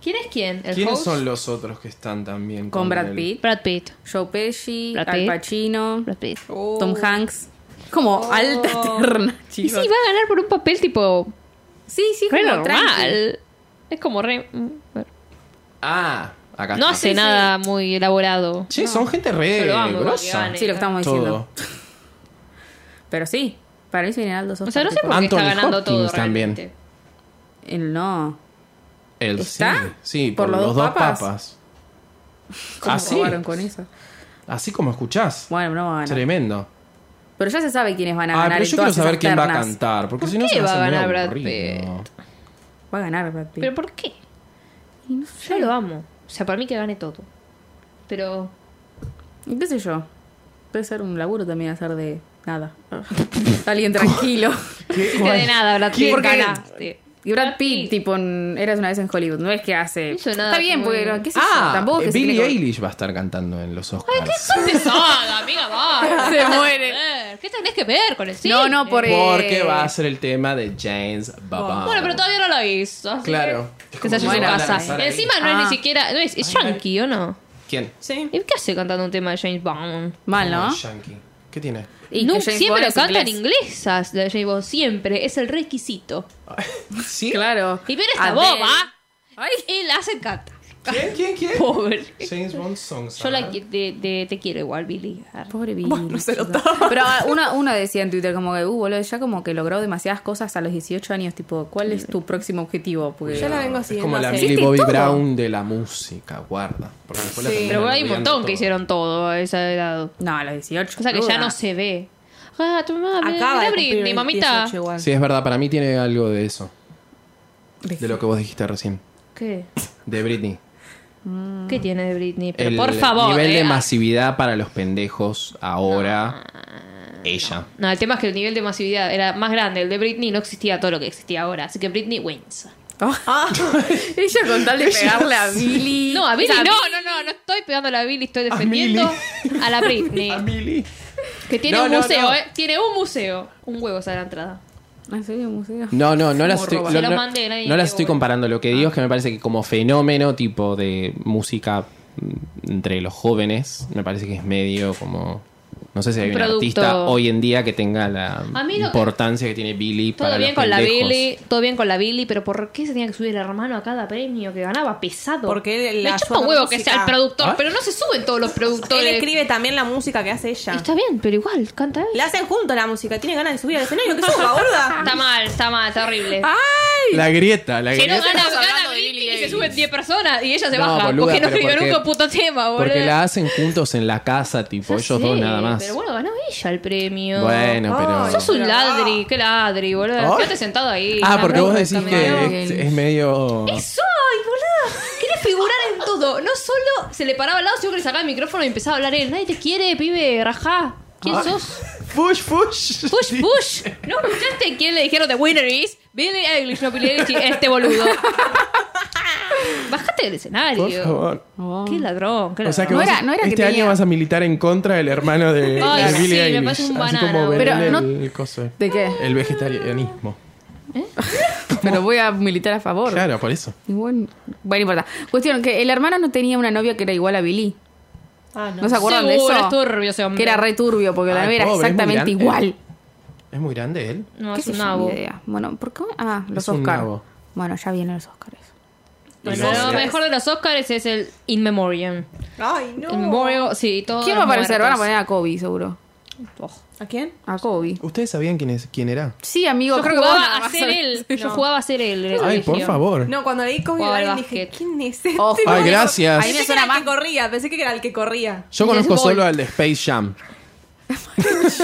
¿Quién es quién? ¿El
¿Quiénes
host?
son los otros que están también?
Con Brad
el-
Pitt,
Brad Pitt.
Joe Pesci,
Brad
Al
Pitt.
Pacino,
Brad Pitt.
Tom Hanks. Como alta eterna,
Oh. Y sí,
chicos.
va a ganar por un papel tipo.
Sí, sí,
Re
como tranqui.
normal. Es como re. mm,
Ah, acá
No
está.
hace nada muy elaborado.
Che, son gente re
Yo lo amo,
grosa.
igual que
Sí, lo que estamos diciendo.
Todo.
Pero sí, para mí se viene Aldo Sosa.
O sea, no sé por qué
Anthony
está ganando todo.
Hopkins también.
realmente.
El no.
El,
¿Está?
Sí, sí, por, los, dos papas.
¿Cómo
Ah, sí.
jugaron con eso?
Así como escuchás.
Bueno, no va a ganar.
Tremendo.
Pero ya se sabe quiénes van a
Ah,
ganar.
pero
en
yo quiero
todas
saber
esas
quién va a
ternas.
cantar. Porque
¿Por
si no
qué
se
va a
hace muy
ganar Brad
aburrido.
Va a ganar Brad Pitt.
¿Pero por qué?
Y no
Yo lo amo. O sea, para mí que gane todo. Pero.
Y ¿Qué sé yo? Puede ser un laburo también hacer de nada. Alguien tranquilo.
Que de nada, Brad Pitt.
¿Quién?
ganaste.
Y Brad
Brad
Pitt,
Pitt.
tipo, en- eras una vez en Hollywood, no es que hace.
Hizo nada
Está bien,
como-
porque no- qué sé yo,
Ah,
tampoco es que se
Billie
tiene que-
Eilish va a estar cantando en los Oscars.
pesada, amiga, va.
Se muere.
¿Qué tenés que ver con el cine?
No, no, por-
Porque
Eh.
va a ser el tema de James Bond.
Bueno, pero todavía no lo hizo. así
Claro.
que- Que se haya en su
Bueno,
casa.
ahí.
Encima no es
Ah.
ni siquiera. No es, es yankee, ¿o no?
¿Quién?
Sí.
¿Y qué hace cantando un tema de James Bond?
Mal, ¿no?
Oh, Yankee. ¿Qué tiene?
Y
No,
que James
siempre
Bond
lo
es
cantan
inglés.
inglesas, la de James Bond. Siempre. Es el requisito.
¿Sí?
Claro.
Y ver esta
Adele.
boba. Él hace canta.
¿Quién? ¿Quién? ¿Quién?
Pobre.
James Bond Songs.
Yo la,
¿verdad?
qui- te, te, te quiero igual, Billy.
Pobre Billy.
Bueno, se lo
chico.
toma.
Pero ah, una, una decía en Twitter como que, uh, boludo, ya como que logró demasiadas cosas a los 18 años. Tipo, ¿cuál es tu próximo objetivo? Porque...
Yo la vengo
Es
siguiendo
como la
hace-
Millie
Existe
Bobby
todo.
Brown de la música, guarda. Porque después la
Sí.
terminan
Pero hay un
odiando
montón que
todo.
hicieron todo a esa edad.
No, a los 18.
O sea que ya
boluda.
no se ve. Ah, tu
Acaba de
mami. mira
cumplir
Britney, mamita.
18 igual.
Sí, es verdad, para mí tiene algo de eso.
¿De
De lo que vos dijiste recién.
¿Qué?
De Britney.
¿Qué tiene de Britney? Pero
el
por favor.
nivel de
eh.
masividad para los pendejos ahora. ella.
ah, No, el tema es que el nivel de masividad era más grande. El de Britney no existía todo lo que existía ahora. Así que Britney wins.
Ah.
Ella con tal de pegarle a Billy.
No, a Billy
O sea,
no, no, no. No estoy pegando a la Billy. Estoy defendiendo a, la Britney.
Millie.
que tiene
No,
un
no,
museo,
no.
¿eh? Tiene un museo. Un huevo esa la entrada.
¿En serio, museo?
No, no, no las
Como
estoy,
robar.
lo-
Se lo
no-
mandé, nadie
no las
me
estoy
devuelve.
comparando. Lo que digo es que me parece que como fenómeno tipo de música mm, entre los jóvenes, me parece que es medio como... No sé si hay
Un
un
producto.
artista hoy en día que tenga la
A mí lo que-
importancia que... tiene Billy
Todo
para
bien
los
con la
pendejos.
Billy. Todo bien con la Billy. Pero ¿por qué se tenía que subir el hermano a cada premio que ganaba? Pesado.
Porque él
Me
la
chupa
ayuda
un huevo
con
que
música.
sea el productor.
¿Ah?
Pero no se suben todos los productores.
Él escribe también la música que hace ella.
Está bien, pero igual, canta él.
Le hacen junto la música. Tiene ganas de subir al escenario. que suba,
Está
gorda?
mal, está mal, está horrible.
Ah.
La grieta, la
que no
grieta.
gana,
Estamos
gana
hablando de
Britney
Billie
y se
Eilish.
suben 10 personas y ella se
No,
baja.
boluda,
porque
pero
no escribió
porque-
nunca un puto tema, boludo.
Porque la hacen juntos en la casa, tipo,
Ya
ellos
sé,
dos nada más.
Pero bueno, ganó ella el premio.
Bueno, pero...
Ay,
Sos un
Pero
ladri,
no.
qué ladri, boludo.
Ay.
Quédate sentado ahí.
Ah, porque vos
Tampoco
decís
está medio-
que es, es medio...
Eso, ay, boludo. Quería figurar en todo. No solo se le paraba al lado, sino que le sacaba el micrófono y empezaba a hablar él. Nadie te quiere, pibe, rajá. ¿Quién
Ay.
sos?
Push, push.
Push, push. ¿No escuchaste quién le dijeron de winner is? Billie Eilish, no Billie Eilish, este boludo. Bájate del escenario.
Por favor.
Oh.
Qué ladrón, qué ladrón.
O sea que
No
vos
era- no era que
este
tenía-
año vas a militar en contra del hermano de, de
Ay, sí,
Billie
me
Eilish.
parece un
así
banana,
como
boludo.
Belén
Pero
el, coso, eh,
¿De qué?
el vegetarianismo.
Pero voy a militar a favor.
Claro, por eso.
Y Bueno, bueno, no importa. Cuestión, que el hermano no tenía una novia que era igual a Billy.
Ah,
¿No se acuerdan
Seguro,
de eso?
es turbio ese hombre.
Que era re turbio, porque la
Ay,
novia era
pobre, es muy
exactamente
grande.
igual.
Es muy grande él.
No,
¿Qué
es
sé
un
yo,
nabo.
ni idea. Bueno, ¿por qué? Ah, los
Es un
Oscars.
nabo.
Bueno, ya vienen los Oscars.
Y
Bueno,
los
lo
Oscars.
mejor de los Oscars es el In Memoriam.
Ay, no.
In Memoriam, sí, todo.
¿Quién va a aparecer? Van a poner a Kobe, seguro.
¿A quién?
A Kobe.
¿Ustedes sabían quién, es, quién era?
Sí, amigo,
Yo
creo que vos
jugaba
nada
a
más
ser
sabés.
él. Yo jugaba a ser él. en el
Ay,
colegio.
por favor.
No, cuando leí Kobe
Jugaba al
Bryant dije,
básquet.
¿quién es este?
Ojo.
Ay, gracias.
Ahí me
Pensé que
suena
era
más.
el que corría, pensé que era el que corría.
Yo
Y
conozco
es Bolt.
solo al de Space Jam.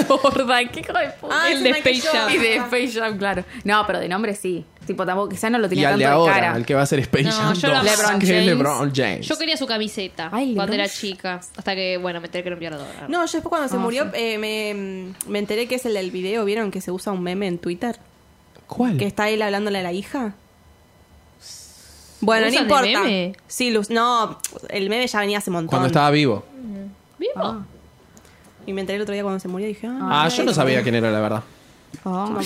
Jordan, qué hijo de puta.
Ah,
El
ese
de
Michael
Space Jam.
Y
Jordan.
de Space Jam, claro. No, pero de nombre sí. Tipo, tampoco, quizás no lo
Y
tenía
al
tanto
de
de,
ahora,
cara.
al que va a ser Space
No,
Jam
yo la-
2,
LeBron
que es
James.
LeBron James.
Yo quería su camiseta
Ay,
cuando
Lebron.
era chica. Hasta que, bueno, me tuve que enviar
No, yo después cuando se
Ah,
murió
sí.
eh, me, me enteré que es el del video. ¿Vieron que se usa un meme en Twitter?
¿Cuál?
Que está él hablándole a la hija. Bueno, no
¿Usan el
importa.
meme?
Sí, Luz. No, el meme ya venía hace montón.
Cuando estaba vivo.
¿Vivo?
Ah.
Y me enteré el otro día cuando se murió y dije, ah,
Ah, yo no sabía quién era, la verdad.
Ah,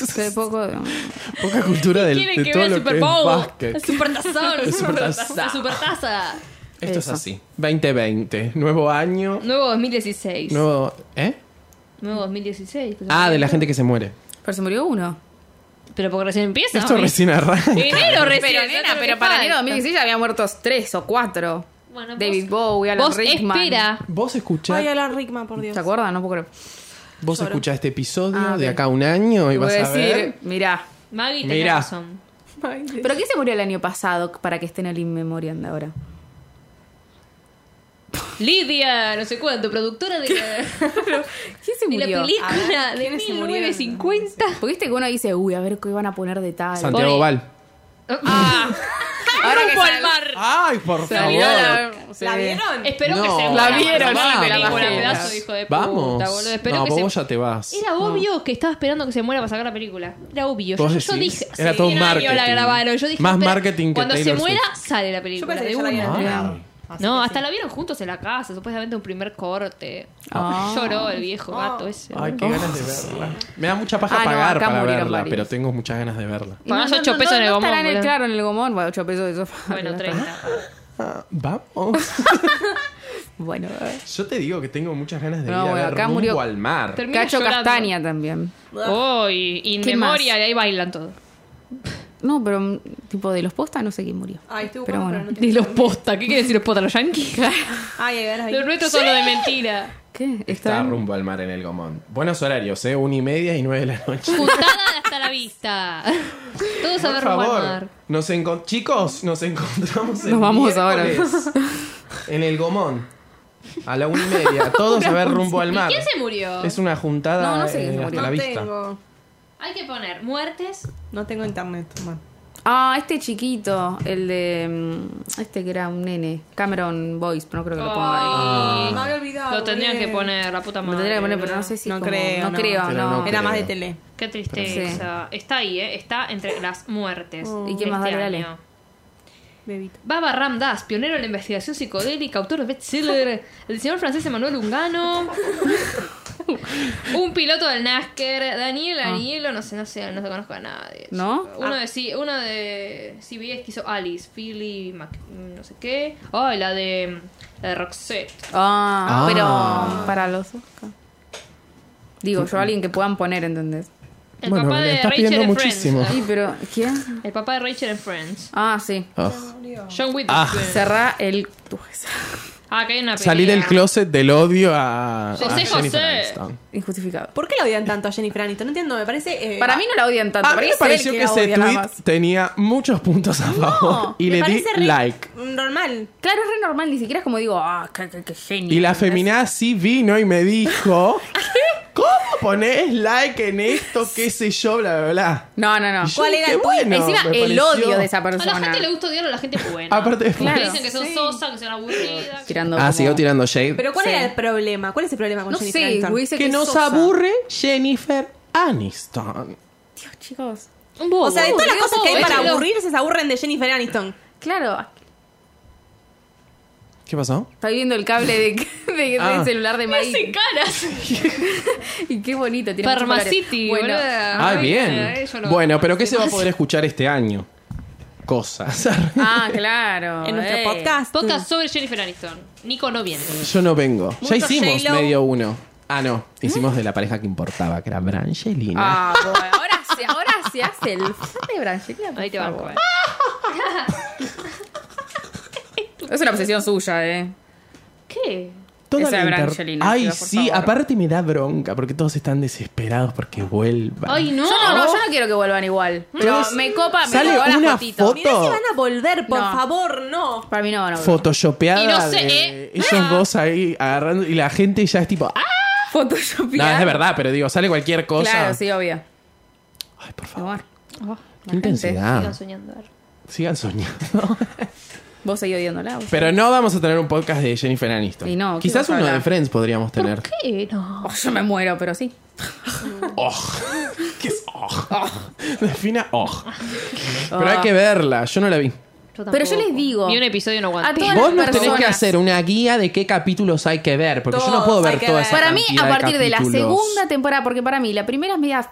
Hace poco.
Poca cultura del,
Quieren
de
que
todo
vea el
lo
Super
que es
Bowl.
básquet.
El Super Tazón.
El supertazón.
La Super Taza.
Esto es
Eso.
así. 2020. Nuevo año.
Nuevo 2016.
Nuevo... ¿Eh?
Nuevo 2016.
Ah, de la gente que se muere.
Pero se murió uno.
Pero porque recién empieza.
Esto
¿no?
recién arranca.
Enero recién.
Pero
ya
nena,
te lo
pero
que
para
falta.
enero de 2016 ya habían muerto tres o cuatro.
Bueno, vos-
David Bowie, Alan
Vos
Rickman.
espera.
Vos escuchás,
ay, Alan Rickman, por Dios.
¿Se acuerdan? No puedo creer.
vos escuchás este episodio
Ah,
de
ok.
acá a un año y
Voy
vas
a
a
decir,
ver.
mirá.
Maggie tenés
Mirá.
razón.
Ay, Dios.
¿Pero quién se murió el año pasado para que esté en el In Memoriam de ahora?
Lidia, no sé cuánto, productora de la,
¿Quién se
de la
murió? Ah,
película de
¿quiénes se murieron?
1950.
Porque viste que uno dice, uy, a ver qué van a poner de tal.
Santiago
Pobre-
Val.
Ah,
Ahora que
rumbo
sal-
al mar.
Ay, por
Salió
favor.
la, sí.
¿La vieron?
Espero
No.
que se
La
muera
vieron,
cuando
no,
la película,
vamos.
pedazo de hijo de puta,
Vamos.
boludo. Espero
no,
que
vos
se...
ya te vas.
Era obvio que estaba esperando que se muera para sacar la película. Era obvio.
¿Vos
Yo, yo
decís?
dije,
Era todo
un año la
marketing.
grabaron. Yo dije,
Más
espera,
marketing que
Cuando
Taylor
se muera,
Swift.
sale la
Yo
película.
pensé que
de
ya la
una.
habían
Ah.
entregado. Así
No,
que
hasta
sí.
la vieron juntos en la casa, supuestamente un primer corte.
Ah.
Lloró el viejo gato ese.
Ay, qué ganas de verla. Me da mucha paja
Ah, no,
pagar
acá
para
murieron
verla,
varios.
pero tengo muchas ganas de verla.
Y
Pagás ocho pesos en el
estará
Gomón,
el-
boludo.
claro, en el gomón. Bueno, 8 pesos de sofá.
Bueno, 30.
Ah, vamos.
Bueno, eh.
Yo te digo que tengo muchas ganas de
No,
ir a
bueno,
ver
acá
Rumbo
murió-
al mar.
Termina
Cacho
llorando.
Castaña también.
Oh, y y
¿Qué
en
más?
memoria, y ahí bailan todos.
No, pero mm, tipo de los postas no sé quién murió.
Ay, estoy
Pero
buscando,
bueno.
pero no
De los posta, ¿qué quiere decir los posta? ¿Los yankees?
Ay, a ver, ahí.
Los nuestros son los de mentira.
¿Qué?
Está
Están-
Rumbo al mar en el Gomón. Buenos horarios, ¿eh? Una y media y nueve de la noche.
Juntada de hasta la vista. Todos a
Por
ver rumbo
favor,
al mar.
Nos encon- chicos, nos encontramos el
Nos vamos ahora.
miércoles En el Gomón. A la una y media. Todos a ver rumbo al
¿Y
mar.
quién se murió?
Es una juntada
No, no sé
eh,
quién se
hasta
murió.
la
No
vista.
tengo.
Hay que poner muertes.
No tengo internet. Bueno.
Ah, este chiquito, el de. mm, Este que era un nene. Cameron Boyce, pero no creo que lo ponga ahí.
Ay,
Ah. Me había olvidado.
Lo tendrían
boludo.
que poner, la puta
Lo
Oh, madre.
tendría que poner, pero no
boludo.
sé si.
No
como-
creo,
No
no.
creo,
Pero
no.
no
Era más de
creo.
tele.
Qué tristeza. Está ahí, ¿eh? Está entre las muertes.
Oh. ¿Y
de
qué más?
este
Dale, dale.
año.
Bebito.
Baba Ram Dass, pionero en la investigación psicodélica, autor de bestseller, el diseñador francés Emanuel Ungano, un piloto del NASCAR, Daniel Anielo, no sé, no sé, no conozco a nadie.
Ah. ¿No? Ah.
chico. Uno de sí, uno de CBS que hizo Alice, Philly, Mac- no sé qué. Ay, la de la de Roxette.
Ah.
Ah, pero para los Oscar. Digo, yo alguien que puedan poner, ¿entendés?
El
Bueno,
papá
le
de
estás
Rachel
pidiendo
en
muchísimo.
Friends.
Sí, pero ¿quién?
El papá de Rachel en Friends.
Ah, sí.
Ugh.
John
Ah.
Witherspoon.
Cerrá el tu esa.
Ah, que hay una
Salí
pelea.
del closet del odio a, a
José,
Jennifer
José.
Aniston.
injustificado.
¿Por qué la odian tanto a Jennifer Aniston? No entiendo, me parece. eh,
Para mí no la odian tanto.
A mí me pareció que ese tweet tenía muchos puntos a favor y
me
le di
parece re-
like.
Normal.
Claro, es re normal, ni siquiera es como digo, ah, qué, qué- qué genio.
Y la feminada sí vino y me dijo, ¿cómo ponés like en esto? ¿Qué sé yo? Bla, bla, bla.
No, no, no.
Y yo
¿Cuál era
dije,
el tweet?
bueno,
Encima,
me
el
pareció-
odio de esa
A
persona.
la gente le gusta odiar a la gente buena.
Aparte de-
Porque
Claro.
dicen que son sosa, que son aburridas. que-
Tirando
Ah,
como-
siguió tirando shade.
Pero ¿cuál
Sí.
era el problema? ¿Cuál es el problema con
No
Jennifer
sé,
Aniston?
güey, dice
que
es
nos
sosa.
aburre Jennifer Aniston.
Dios, chicos.
Un bobo.
O sea, de todas las
Digo,
cosas que hay
bobo,
para
¿viste?
aburrirse, se aburren de Jennifer Aniston.
Claro,
¿Qué pasó?
está viendo el cable de, de-
Ah.
del celular de
Mira ese
Maí.
caras.
Y qué bonito, tiene muchos colores.
Farmacity,
Bueno,
boluda.
Ay,
Ay, eh,
Ah, bien.
yo lo-
Bueno, pero ¿qué se va a poder escuchar este año? Cosas.
Ah, claro.
En nuestro
eh.
podcast.
Podcast sobre Jennifer Aniston. Nico no viene.
Yo no vengo.
Mucho
ya hicimos
J-Lo.
medio uno. Ah, no. Hicimos de la pareja que importaba, que era Brangelina.
Ah, bueno, ahora se, ahora se hace el fan de Brangelina. por
Ahí te
favor.
banco. eh.
Es una obsesión suya, eh.
¿Qué?
la
esa de
inter-
Brangelina,
Ay,
chica, por
sí,
favor.
aparte me da bronca porque todos están desesperados porque vuelva.
Ay, no. Oh.
Yo no, no, yo no quiero que vuelvan igual. Pero
Entonces,
me copa, me
sale
copa la
una
fotito.
foto-
Mirá si van a volver, por
No.
favor, no.
Para mí no, no.
Photoshopeada.
Y no sé,
de
eh.
Ellos dos ahí agarrando y la gente ya es tipo, ¡ah! No,
Photoshopear.
es de verdad, pero digo, sale cualquier cosa.
Claro, sí, obvio.
Ay, por favor.
Amor,
Oh,
Qué intensidad.
sigan soñando. a ver.
Sigan soñando.
vos seguís odiándola. vos.
Pero no vamos a tener un podcast de Jennifer Aniston.
Y no, ¿qué
Quizás
vas a
uno de
hablar?
Friends podríamos tener.
¿Qué? No.
Oh, yo me muero, pero sí.
Oh. ¿Qué es oh? Defina oh. Pero hay que verla, yo no la vi.
Pero yo
tampoco.
les digo-
Ni un episodio no
A
aguanté.
todas
Vos
las
nos tenés que
personas-
hacer una guía de qué capítulos hay que ver, porque yo no
Todos
puedo
hay
ver
que
toda
ver.
esa
Para mí, a
cantidad
partir de la
capítulos.
segunda temporada, porque para mí la primera es media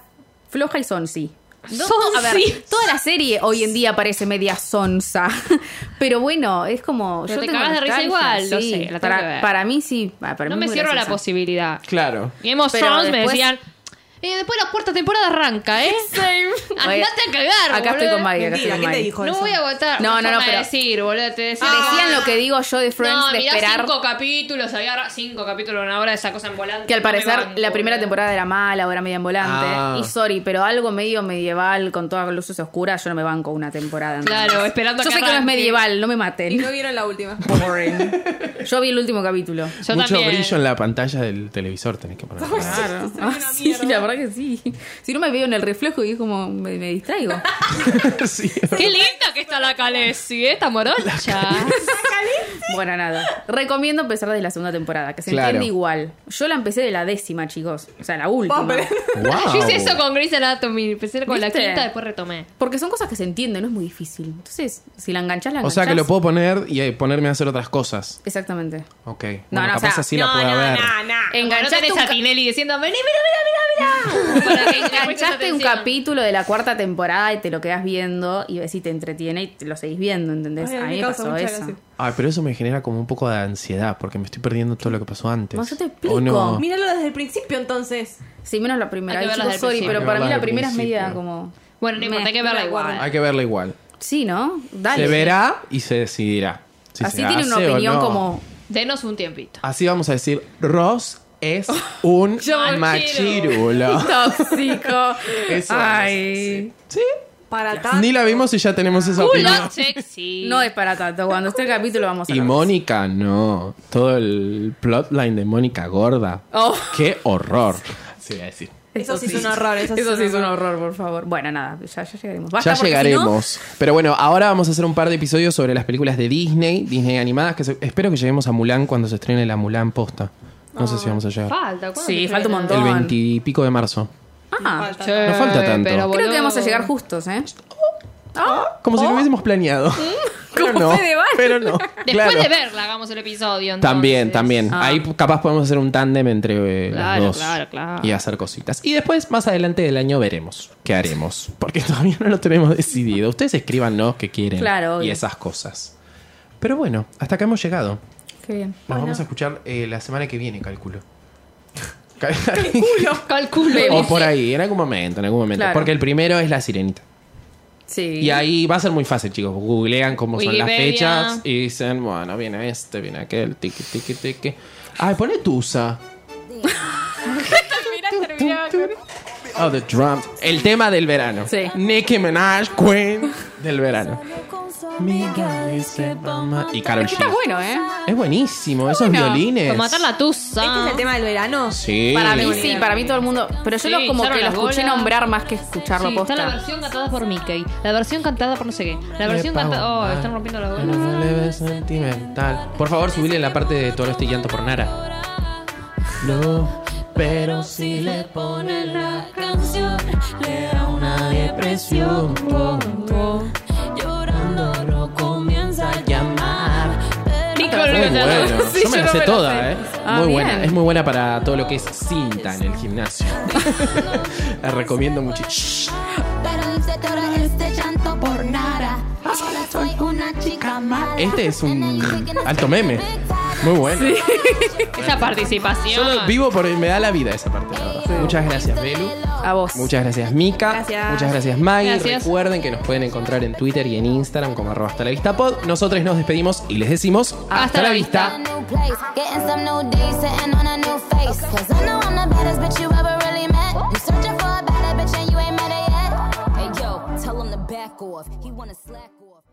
floja y sonsi. No,
Sonsi.
a ver, toda la serie hoy en día parece media sonsa. Pero bueno, es como.
Pero te
tengo
cagás de risa
nostalgia,
igual, lo
sí.
sé, la tengo que
para,
ver.
para mí sí. ah, para
No
mí
me
es muy
cierro a la
graciosa.
posibilidad.
Claro.
Game of
Pero
Thrones me
después-
decían. "Eh, después la cuarta temporada arranca, ¿eh? Andate a cagar,
Acá estoy
boluda.
con Maggie. acá estoy con
Mentira, ¿quién te
Maggie.
dijo
No
eso?
voy a aguantar.
No, no,
una
no,
forma de
pero- Ah.
decir, boludo. Te decían.
Decían lo que digo yo de Friends
Ah. no,
de
mirá
esperar.
cinco capítulos, había ahora cinco capítulos en una hora de esa cosa en volante.
Que al
no me
parecer
banco,
la primera
boludo.
temporada era mala, ahora media en volante.
Ah.
Y sorry, pero algo medio medieval con todas luces oscuras, yo no me banco una temporada. ¿no?
Claro, esperando
Yo
que
sé que no es
arranque.
medieval, no me
Y
maten.
no vieron la última.
Yo vi el último capítulo.
Yo
Mucho
también.
brillo en la pantalla del televisor tenés que poner.
Claro. Ah, sí, la verdad verdad que sí. Si no me veo en el reflejo y es como me, me distraigo.
Sí.
Qué linda que está la Calesi, ¿eh? Está morocha.
Bueno, nada. Recomiendo empezar desde la segunda temporada, que se
Claro.
entiende igual. Yo la empecé de la décima, chicos. O sea, la última.
Wow.
Yo hice eso con Grey's Anatomy. Empecé con la
¿Viste?
quinta, después retomé.
Porque son cosas que se entienden, no es muy difícil. Entonces, si la enganchás, la
O
enganchás.
sea que lo puedo poner y eh, ponerme a hacer otras cosas.
Exactamente.
Ok.
No,
bueno,
no, o
capaz
sea,
así la puedo ver.
Enganchaste
Enganchaste
un
a
ca-
Tinelli diciendo, vení, mira, mira, mira, mira. Para que le prestes
Enganchaste un
atención.
capítulo de la cuarta temporada y te lo quedas viendo y ves si te entretiene y te lo seguís viendo, ¿entendés?
Ay, a
a
mí
mí
me
me
causa
pasó
mucha
eso.
gracia.
Ay, pero eso me genera como un poco de ansiedad porque me estoy perdiendo todo lo que pasó antes.
No, yo te
¿O
explico.
no?
Míralo desde el principio entonces.
Sí, menos la primera.
Hay que
Ay, chicos,
verlas del
sorry,
principio.
pero para mí
Verlas
la
del
primera es media
principio.
como...
Bueno, no importa, hay que verla igual.
Hay que verla igual.
Sí, ¿no? Dale.
Se verá y se decidirá. si
Así
se
tiene una
hace o
opinión
no.
como...
Denos un tiempito.
Así vamos a decir, Ross es un
Yo-
machirulo.
Tóxico.
Eso
Ay.
Para tanto.
Ni la vimos y ya tenemos esa
Cool,
opinión.
not sexy.
No es para tanto. Cuando esté el capítulo vamos a
Y
hablar.
Mónica, no. Todo el plotline de Mónica gorda.
Oh.
¡Qué horror! Se iba a decir.
Eso sí es un horror. Eso,
Eso sí es un
horror.
horror, por favor. Bueno, nada, ya, ya llegaremos. Basta,
ya
porque si no-
llegaremos. Pero bueno, ahora vamos a hacer un par de episodios sobre las películas de Disney, Disney animadas, que se- espero que lleguemos a Mulan cuando se estrene la Mulan posta. No
Ah.
sé si vamos a llegar.
Falta, ¿cuándo
Sí,
te
falta un
estrenan?
El
montón.
20 y pico de marzo.
Ah,
Falta.
Che,
No falta tanto.
pero,
creo que
boludo.
vamos a llegar justos, ¿eh?
Como si lo hubiésemos planeado. Pero
¿Mm? Como
no,
Fedeval.
pero no.
Después
claro.
de verla, hagamos el episodio. entonces.
También, también.
Ah.
Ahí capaz podemos hacer un tándem entre eh,
Claro,
los dos.
claro, claro.
Y hacer cositas. Y después, más adelante del año, veremos qué haremos. Porque todavía no lo tenemos decidido. Ustedes escríbanos qué quieren. Y
Claro, obvio.
esas cosas. Pero bueno, hasta acá hemos llegado.
Qué bien.
Nos vamos a escuchar eh, la semana que viene, calculo.
Calculo.
o por ahí, en algún momento, en algún momento.
Claro.
Porque el primero es la sirenita.
Sí.
Y ahí va a ser muy fácil, chicos. Googlean cómo son las
Wikipedia.
fechas y dicen, bueno, viene este, viene aquel, tiqui, tiqui, tiqui. Ay, pone Tusa. Oh, the drums. El tema del verano.
Sí.
Nicki Minaj, Queen del verano. Y Carol G.
Está bueno, ¿eh?
Es buenísimo, esos
bueno.
violines.
Para matar la
Este es
tusa.
el tema del verano.
Sí.
Para mí
Qué
Ah, sí,
bueno.
para mí todo el mundo. Pero yo
Sí,
lo como que
echaron
lo
las
escuché
bolas.
nombrar más que escucharlo
Sí, está la
posta.
versión cantada por Mickey. La versión cantada por no sé qué. La versión cantada. Oh, están rompiendo la bola.
bola. Por favor, subile la parte de todo este llanto por Nara. No, pero si le ponen la canción, le da una depresión. Llorando lo comienza a llamar. Muy bueno.
Sí,
Yo me la sé
no
toda, ¿eh?
Ah,
muy
bien.
buena. Es muy buena para todo lo que es cinta en el gimnasio. la recomiendo muchísimo.
Pero hice todo este llanto por nada. Ahora soy una chica mala.
Este es un alto meme. Muy bueno.
Esa participación.
Solo vivo por me da la vida esa parte, la verdad. Muchas gracias, Belu.
A vos.
Muchas gracias, Mika.
Gracias.
Muchas gracias, Maggie.
Gracias.
Recuerden que nos pueden encontrar en Twitter y en Instagram como arroba hasta la vista pod. Nosotros nos despedimos y les decimos hasta, la vista.
A new place, getting some new days, sitting on a new face. Cause I know I'm the baddest bitch you ever really met. You searching for a better bitch and you ain't met her yet. Hey yo, tell him to back off. He wanna slack off.